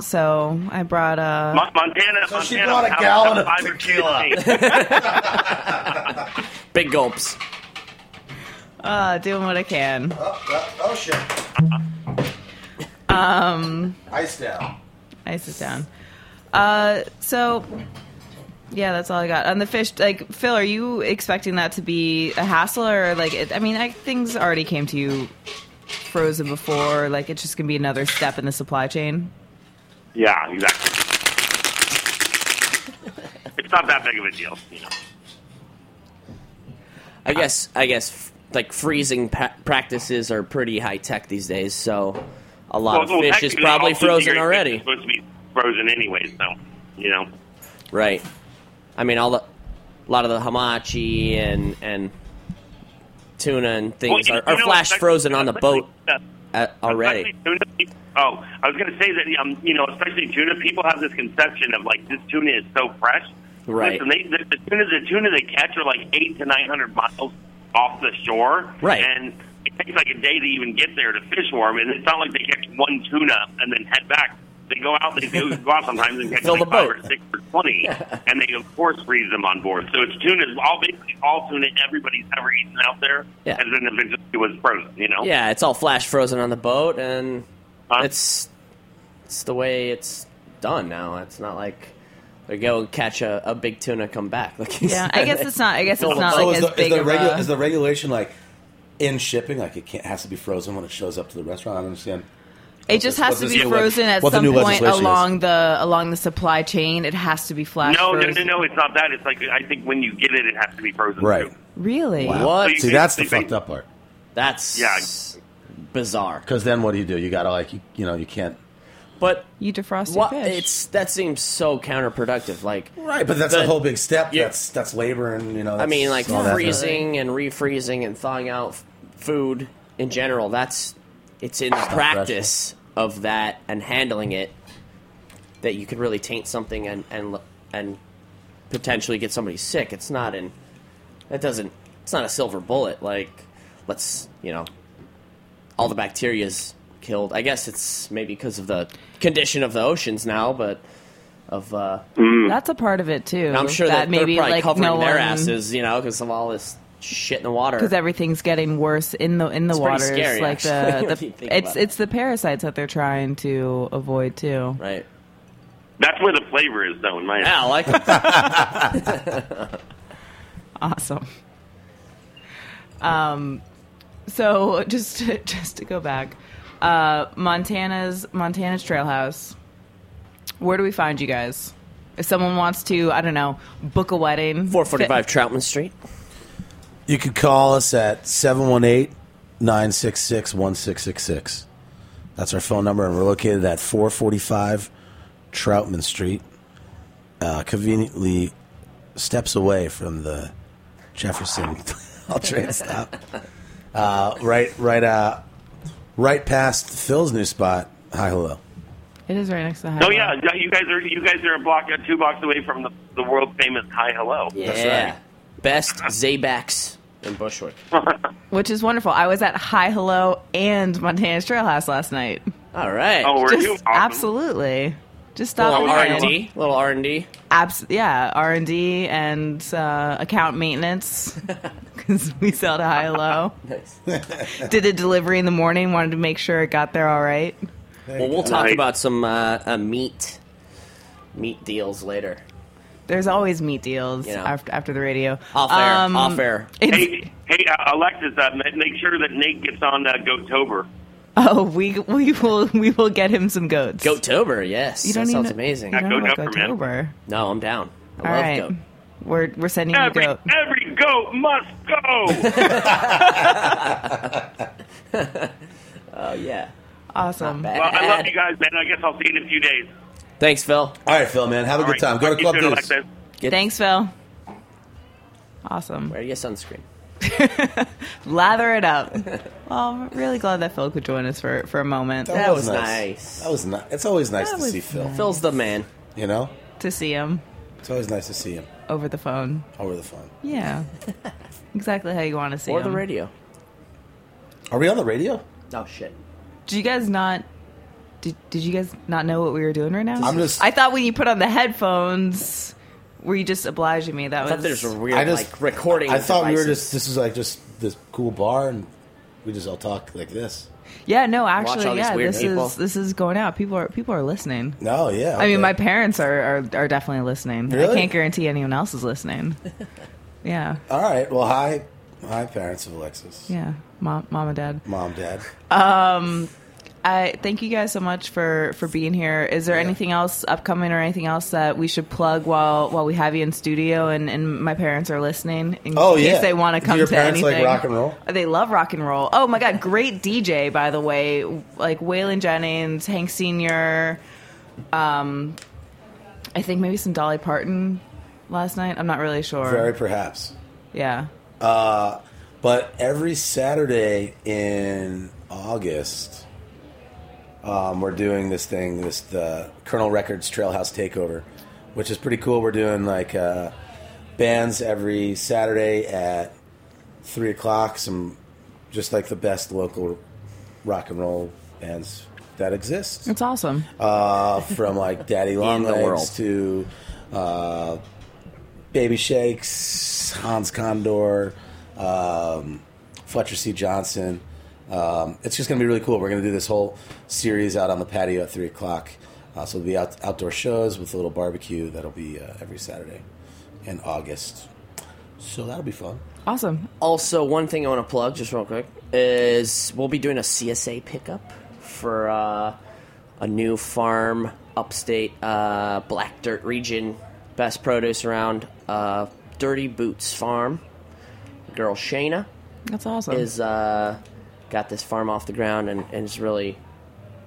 [SPEAKER 3] So I brought uh,
[SPEAKER 7] Mon- Montana.
[SPEAKER 5] So
[SPEAKER 7] Montana
[SPEAKER 5] she brought a
[SPEAKER 7] have-
[SPEAKER 5] gallon of
[SPEAKER 7] have five or six
[SPEAKER 5] tequila.
[SPEAKER 7] things.
[SPEAKER 4] Big gulps.
[SPEAKER 3] uh doing what I can.
[SPEAKER 5] Oh, oh, oh, shit. Um. Ice down.
[SPEAKER 3] I sit down. Uh, so yeah, that's all I got on the fish. Like Phil, are you expecting that to be a hassle or like? It, I mean, I, things already came to you frozen before. Like it's just gonna be another step in the supply chain.
[SPEAKER 7] yeah, exactly. it's not that big of a deal, you know.
[SPEAKER 4] I guess I guess f- like freezing pa- practices are pretty high tech these days, so a lot of fish is
[SPEAKER 7] technically,
[SPEAKER 4] probably
[SPEAKER 7] all food
[SPEAKER 4] frozen
[SPEAKER 7] here is
[SPEAKER 4] already.
[SPEAKER 7] Supposed to be frozen anyway, so you know.
[SPEAKER 4] Right. I mean, all the a lot of the hamachi and and tuna and
[SPEAKER 7] Well,
[SPEAKER 4] things
[SPEAKER 7] you-
[SPEAKER 4] are,
[SPEAKER 7] you
[SPEAKER 4] are
[SPEAKER 7] know,
[SPEAKER 4] flash
[SPEAKER 7] especially-
[SPEAKER 4] frozen on the boat
[SPEAKER 7] especially-
[SPEAKER 4] uh, already.
[SPEAKER 7] especially tuna people- Oh, I was going to say that um, you know, especially tuna, people have this conception of like this tuna is so fresh.
[SPEAKER 4] Right.
[SPEAKER 7] Listen, they, the, the tuna, the tuna they catch are like eight to nine hundred miles off the shore.
[SPEAKER 4] Right.
[SPEAKER 7] And it takes like a day to even get there to fish for them, and it's not like they catch one tuna and then head back. They go out, they go go out sometimes and catch
[SPEAKER 4] Fill
[SPEAKER 7] like
[SPEAKER 4] the
[SPEAKER 7] five
[SPEAKER 4] boat.
[SPEAKER 7] or six or twenty, and they of course freeze them on board. So it's tuna, all basically all tuna everybody's ever eaten out there,
[SPEAKER 4] Yeah.
[SPEAKER 7] and then eventually it was frozen. You know.
[SPEAKER 4] Yeah, it's all flash frozen on the boat, and
[SPEAKER 7] Huh?
[SPEAKER 4] it's it's the way it's done now. It's not like they go and catch a, a big tuna, come back. Like you
[SPEAKER 3] Yeah,
[SPEAKER 4] said.
[SPEAKER 3] I guess it's not. I guess
[SPEAKER 4] Fill
[SPEAKER 3] it's
[SPEAKER 4] the
[SPEAKER 3] not
[SPEAKER 4] boat.
[SPEAKER 5] So
[SPEAKER 3] like
[SPEAKER 5] is
[SPEAKER 3] as
[SPEAKER 5] the, is,
[SPEAKER 3] big
[SPEAKER 5] the
[SPEAKER 3] of
[SPEAKER 5] regu- is
[SPEAKER 3] a.
[SPEAKER 5] the regulation like in shipping? Like it can't has to be frozen when it shows up to the restaurant. I don't understand.
[SPEAKER 3] It just has to
[SPEAKER 5] what this
[SPEAKER 3] be
[SPEAKER 5] new leg-
[SPEAKER 3] frozen at
[SPEAKER 5] what the
[SPEAKER 3] some
[SPEAKER 5] new
[SPEAKER 3] point
[SPEAKER 5] legislation is.
[SPEAKER 3] along the along the supply chain. It has to be flash.
[SPEAKER 7] No, no, no,
[SPEAKER 3] frozen.
[SPEAKER 7] no. It's not that. It's like I think when you get it, it has to be frozen.
[SPEAKER 5] Right.
[SPEAKER 7] Too.
[SPEAKER 3] Really?
[SPEAKER 4] What?
[SPEAKER 5] See, that's the fucked up part.
[SPEAKER 4] That's
[SPEAKER 7] Yeah.
[SPEAKER 4] bizarre.
[SPEAKER 5] Because then what do you do? You gotta like you, you know you can't.
[SPEAKER 4] But
[SPEAKER 3] You defrost
[SPEAKER 4] what?
[SPEAKER 3] your fish.
[SPEAKER 4] It's that seems so counterproductive. Like
[SPEAKER 5] Right, but that's
[SPEAKER 4] The-
[SPEAKER 5] a whole big step.
[SPEAKER 4] Yeah.
[SPEAKER 5] That's that's labor and you know.
[SPEAKER 4] I mean, like
[SPEAKER 5] that's all that stuff.
[SPEAKER 4] freezing and refreezing and thawing out f- food in general. That's it's in the practice of that and handling it that you could really taint something and and l- and potentially get somebody sick. It's not in that doesn't it's not a silver bullet. Like let's you know all the bacteria's killed. I guess it's maybe because of the condition of the oceans now, but of uh,
[SPEAKER 3] That's a part of it too.
[SPEAKER 4] I'm sure that,
[SPEAKER 3] maybe
[SPEAKER 4] they're probably
[SPEAKER 3] like
[SPEAKER 4] covering
[SPEAKER 3] no
[SPEAKER 4] their
[SPEAKER 3] one,
[SPEAKER 4] asses, you know, because of all this shit in the water.
[SPEAKER 3] because everything's getting worse in the in the
[SPEAKER 4] It's pretty
[SPEAKER 3] waters.
[SPEAKER 4] scary,
[SPEAKER 3] like
[SPEAKER 4] actually,
[SPEAKER 3] the,
[SPEAKER 4] when
[SPEAKER 3] the
[SPEAKER 4] you think
[SPEAKER 3] it's
[SPEAKER 4] about it.
[SPEAKER 3] it's the parasites that they're trying to avoid too.
[SPEAKER 4] right?
[SPEAKER 7] That's where the flavor is, though. In my
[SPEAKER 4] Yeah, I like it.
[SPEAKER 3] Awesome. Um, so just to, just to go back, uh, Montana's Montana's Trail House. Where do we find you guys? If someone wants to, I don't know, book a wedding.
[SPEAKER 4] 445 Troutman Street.
[SPEAKER 5] You could call us at 718-966-1666. That's our phone number, and we're located at 445 Troutman Street, uh, conveniently steps away from the Jefferson I'll train stop. Uh, right, right, uh, right past Phil's new spot. Hi, hello.
[SPEAKER 3] It is right next to the highway.
[SPEAKER 7] Oh yeah, yeah, you guys are you guys are a block, uh, two blocks away from the, the world famous Hi Hello.
[SPEAKER 4] yeah, best Zaybacks in Bushwick.
[SPEAKER 3] Which is wonderful. I was at High Hello and Montana's Trail House last night.
[SPEAKER 4] All right,
[SPEAKER 7] Oh, were
[SPEAKER 3] Just-
[SPEAKER 7] you awesome?
[SPEAKER 3] Absolutely. Just stop
[SPEAKER 4] little
[SPEAKER 7] Oh,
[SPEAKER 4] R
[SPEAKER 7] yeah.
[SPEAKER 4] and D, little R and D.
[SPEAKER 3] Abs- yeah, R and D and uh, account maintenance because we sell to high low.
[SPEAKER 4] Nice.
[SPEAKER 3] Did a delivery in the morning. Wanted to make sure it got there all right.
[SPEAKER 4] Well, we'll talk
[SPEAKER 7] Right.
[SPEAKER 4] about some uh, uh, meat meat deals later.
[SPEAKER 3] There's always meat deals
[SPEAKER 4] You know.
[SPEAKER 3] after, after the radio.
[SPEAKER 4] Off air,
[SPEAKER 3] Um,
[SPEAKER 4] off air.
[SPEAKER 3] it's-
[SPEAKER 8] Hey, hey, uh, Alexis, uh, ma- make sure that Nate gets on uh, Goattober.
[SPEAKER 3] Oh, we we will we will get him some goats.
[SPEAKER 4] Goattober, yes.
[SPEAKER 3] You don't
[SPEAKER 4] that
[SPEAKER 3] even-
[SPEAKER 4] sounds amazing.
[SPEAKER 3] You don't know
[SPEAKER 8] Goat
[SPEAKER 3] about
[SPEAKER 8] number, man.
[SPEAKER 3] Goatober.
[SPEAKER 4] No, I'm down. I
[SPEAKER 3] All
[SPEAKER 4] love
[SPEAKER 3] right.
[SPEAKER 4] goat.
[SPEAKER 3] We're we're sending you a
[SPEAKER 8] Every
[SPEAKER 3] goat.
[SPEAKER 8] every goat must go.
[SPEAKER 4] Oh yeah.
[SPEAKER 3] Awesome.
[SPEAKER 4] bad.
[SPEAKER 8] well, I love you guys, man. I guess I'll see you in a few days.
[SPEAKER 4] Thanks, Phil.
[SPEAKER 5] All right, Phil, man. Have a
[SPEAKER 8] All
[SPEAKER 5] good
[SPEAKER 8] right,
[SPEAKER 5] time. Go to
[SPEAKER 8] talk
[SPEAKER 5] Club
[SPEAKER 8] you soon,
[SPEAKER 5] Deuce.
[SPEAKER 8] Alexis.
[SPEAKER 4] Get,
[SPEAKER 3] Thanks, Phil. Awesome.
[SPEAKER 4] Wear your sunscreen.
[SPEAKER 3] Lather it up. well, I'm really glad that Phil could join us for, for a moment
[SPEAKER 4] That was nice.
[SPEAKER 5] That was nice. It's always nice
[SPEAKER 3] That
[SPEAKER 5] to
[SPEAKER 3] was
[SPEAKER 5] see Phil.
[SPEAKER 4] Phil's the man.
[SPEAKER 5] You know,
[SPEAKER 3] to see him
[SPEAKER 5] it's always nice to see him
[SPEAKER 3] over the phone.
[SPEAKER 5] over the phone.
[SPEAKER 3] Yeah. exactly how you want to see
[SPEAKER 4] Or
[SPEAKER 3] him.
[SPEAKER 4] the radio.
[SPEAKER 5] Are we on the radio?
[SPEAKER 4] Oh shit.
[SPEAKER 3] Did you guys not? Did, did you guys not know what we were doing right now?
[SPEAKER 5] I'm just-
[SPEAKER 3] I thought when you put on the headphones, were you just obliging me? That
[SPEAKER 4] I
[SPEAKER 3] was.
[SPEAKER 4] thought there's a weird
[SPEAKER 5] I just
[SPEAKER 4] like recording.
[SPEAKER 5] I thought we were
[SPEAKER 4] devices.
[SPEAKER 5] just. This is like just this cool bar, and we just all talk like this.
[SPEAKER 3] yeah, no,
[SPEAKER 4] all
[SPEAKER 3] actually,
[SPEAKER 4] these
[SPEAKER 3] yeah.
[SPEAKER 4] weird
[SPEAKER 3] This
[SPEAKER 4] people.
[SPEAKER 3] is this is going out. People are people are listening.
[SPEAKER 5] No, yeah.
[SPEAKER 3] I mean,
[SPEAKER 5] okay.
[SPEAKER 3] my parents are, are, are definitely listening. I
[SPEAKER 5] Really?
[SPEAKER 3] can't guarantee anyone else is listening. yeah,
[SPEAKER 5] All right. Well, hi, hi, parents of Alexis,
[SPEAKER 3] yeah. Mom, mom and dad.
[SPEAKER 5] mom, dad.
[SPEAKER 3] I thank you guys so much for for being here. Is there anything else upcoming or anything else that we should plug while while we have you in studio and, and my parents are listening? In
[SPEAKER 5] Oh,
[SPEAKER 3] case
[SPEAKER 5] yeah.
[SPEAKER 3] they want to
[SPEAKER 5] Do
[SPEAKER 3] come
[SPEAKER 5] your
[SPEAKER 3] to
[SPEAKER 5] parents like
[SPEAKER 3] anything.
[SPEAKER 5] rock and roll?
[SPEAKER 3] They love rock and roll. Oh my god, great DJ by the way, like Waylon Jennings, Hank Senior. Um, I think maybe some Dolly Parton last night. I'm not really sure.
[SPEAKER 5] Very perhaps.
[SPEAKER 3] yeah.
[SPEAKER 5] But every Saturday in August, um, we're doing this thing, this the Colonel Records Trailhouse Takeover, which is pretty cool. We're doing like uh, bands every Saturday at three o'clock. Some just like the best local rock and roll bands that exist,
[SPEAKER 3] It's awesome.
[SPEAKER 5] uh, from like Daddy Long
[SPEAKER 4] the world.
[SPEAKER 5] Legs to uh, Baby Shakes, Hans Condor, um, Fletcher C. Johnson. Um, it's just going to be really cool. We're going to do this whole series out on the patio at 3 o'clock. Uh, so there'll be out- outdoor shows with a little barbecue. That'll be uh, every Saturday in August. So that'll be fun.
[SPEAKER 3] Awesome.
[SPEAKER 4] Also, one thing I want to plug, just real quick, is we'll be doing a CSA pickup for uh, a new farm upstate, uh, black dirt region, best produce around, uh, Dirty Boots Farm. Girl Shayna
[SPEAKER 3] That's awesome.
[SPEAKER 4] is uh, got this farm off the ground and, and is really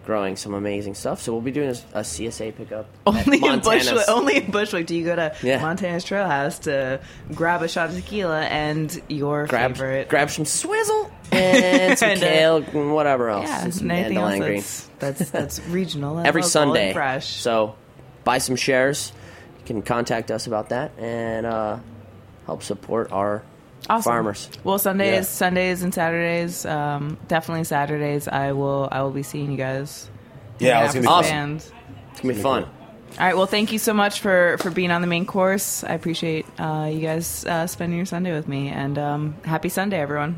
[SPEAKER 4] growing some amazing stuff. So we'll be doing a, a CSA pickup. at
[SPEAKER 3] Only in
[SPEAKER 4] Montana's.
[SPEAKER 3] Bushwick. Only in Bushwick do you go to
[SPEAKER 4] Yeah.
[SPEAKER 3] Montana's Trail House to grab a shot of tequila and your
[SPEAKER 4] grab,
[SPEAKER 3] favorite.
[SPEAKER 4] grab some swizzle and some
[SPEAKER 3] And, uh,
[SPEAKER 4] kale and whatever else.
[SPEAKER 3] yeah,
[SPEAKER 4] And
[SPEAKER 3] and
[SPEAKER 4] some
[SPEAKER 3] anything
[SPEAKER 4] dandelion green.
[SPEAKER 3] else that's, that's that's regional. And
[SPEAKER 4] every
[SPEAKER 3] local
[SPEAKER 4] Sunday.
[SPEAKER 3] and fresh.
[SPEAKER 4] So buy some shares. You can contact us about that and uh, help support our
[SPEAKER 3] Awesome.
[SPEAKER 4] farmers.
[SPEAKER 3] Well, Sundays,
[SPEAKER 5] Yeah.
[SPEAKER 3] Sundays, and Saturdays. Um, definitely Saturdays. I will. I will be seeing you guys.
[SPEAKER 5] Yeah, I was
[SPEAKER 3] Hanging
[SPEAKER 5] going to
[SPEAKER 3] out
[SPEAKER 4] Awesome.
[SPEAKER 3] with the band.
[SPEAKER 4] It's gonna be fun.
[SPEAKER 3] All right. Well, thank you so much for for being on the main course. I appreciate uh, you guys uh, spending your Sunday with me. And um, happy Sunday, everyone.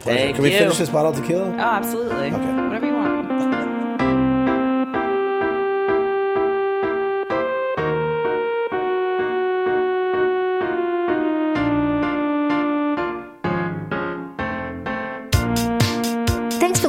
[SPEAKER 4] Thank
[SPEAKER 5] Can we
[SPEAKER 4] you.
[SPEAKER 5] finish this bottle of tequila?
[SPEAKER 3] Oh, absolutely.
[SPEAKER 5] Okay.
[SPEAKER 3] Whatever you want.
[SPEAKER 9] Thanks for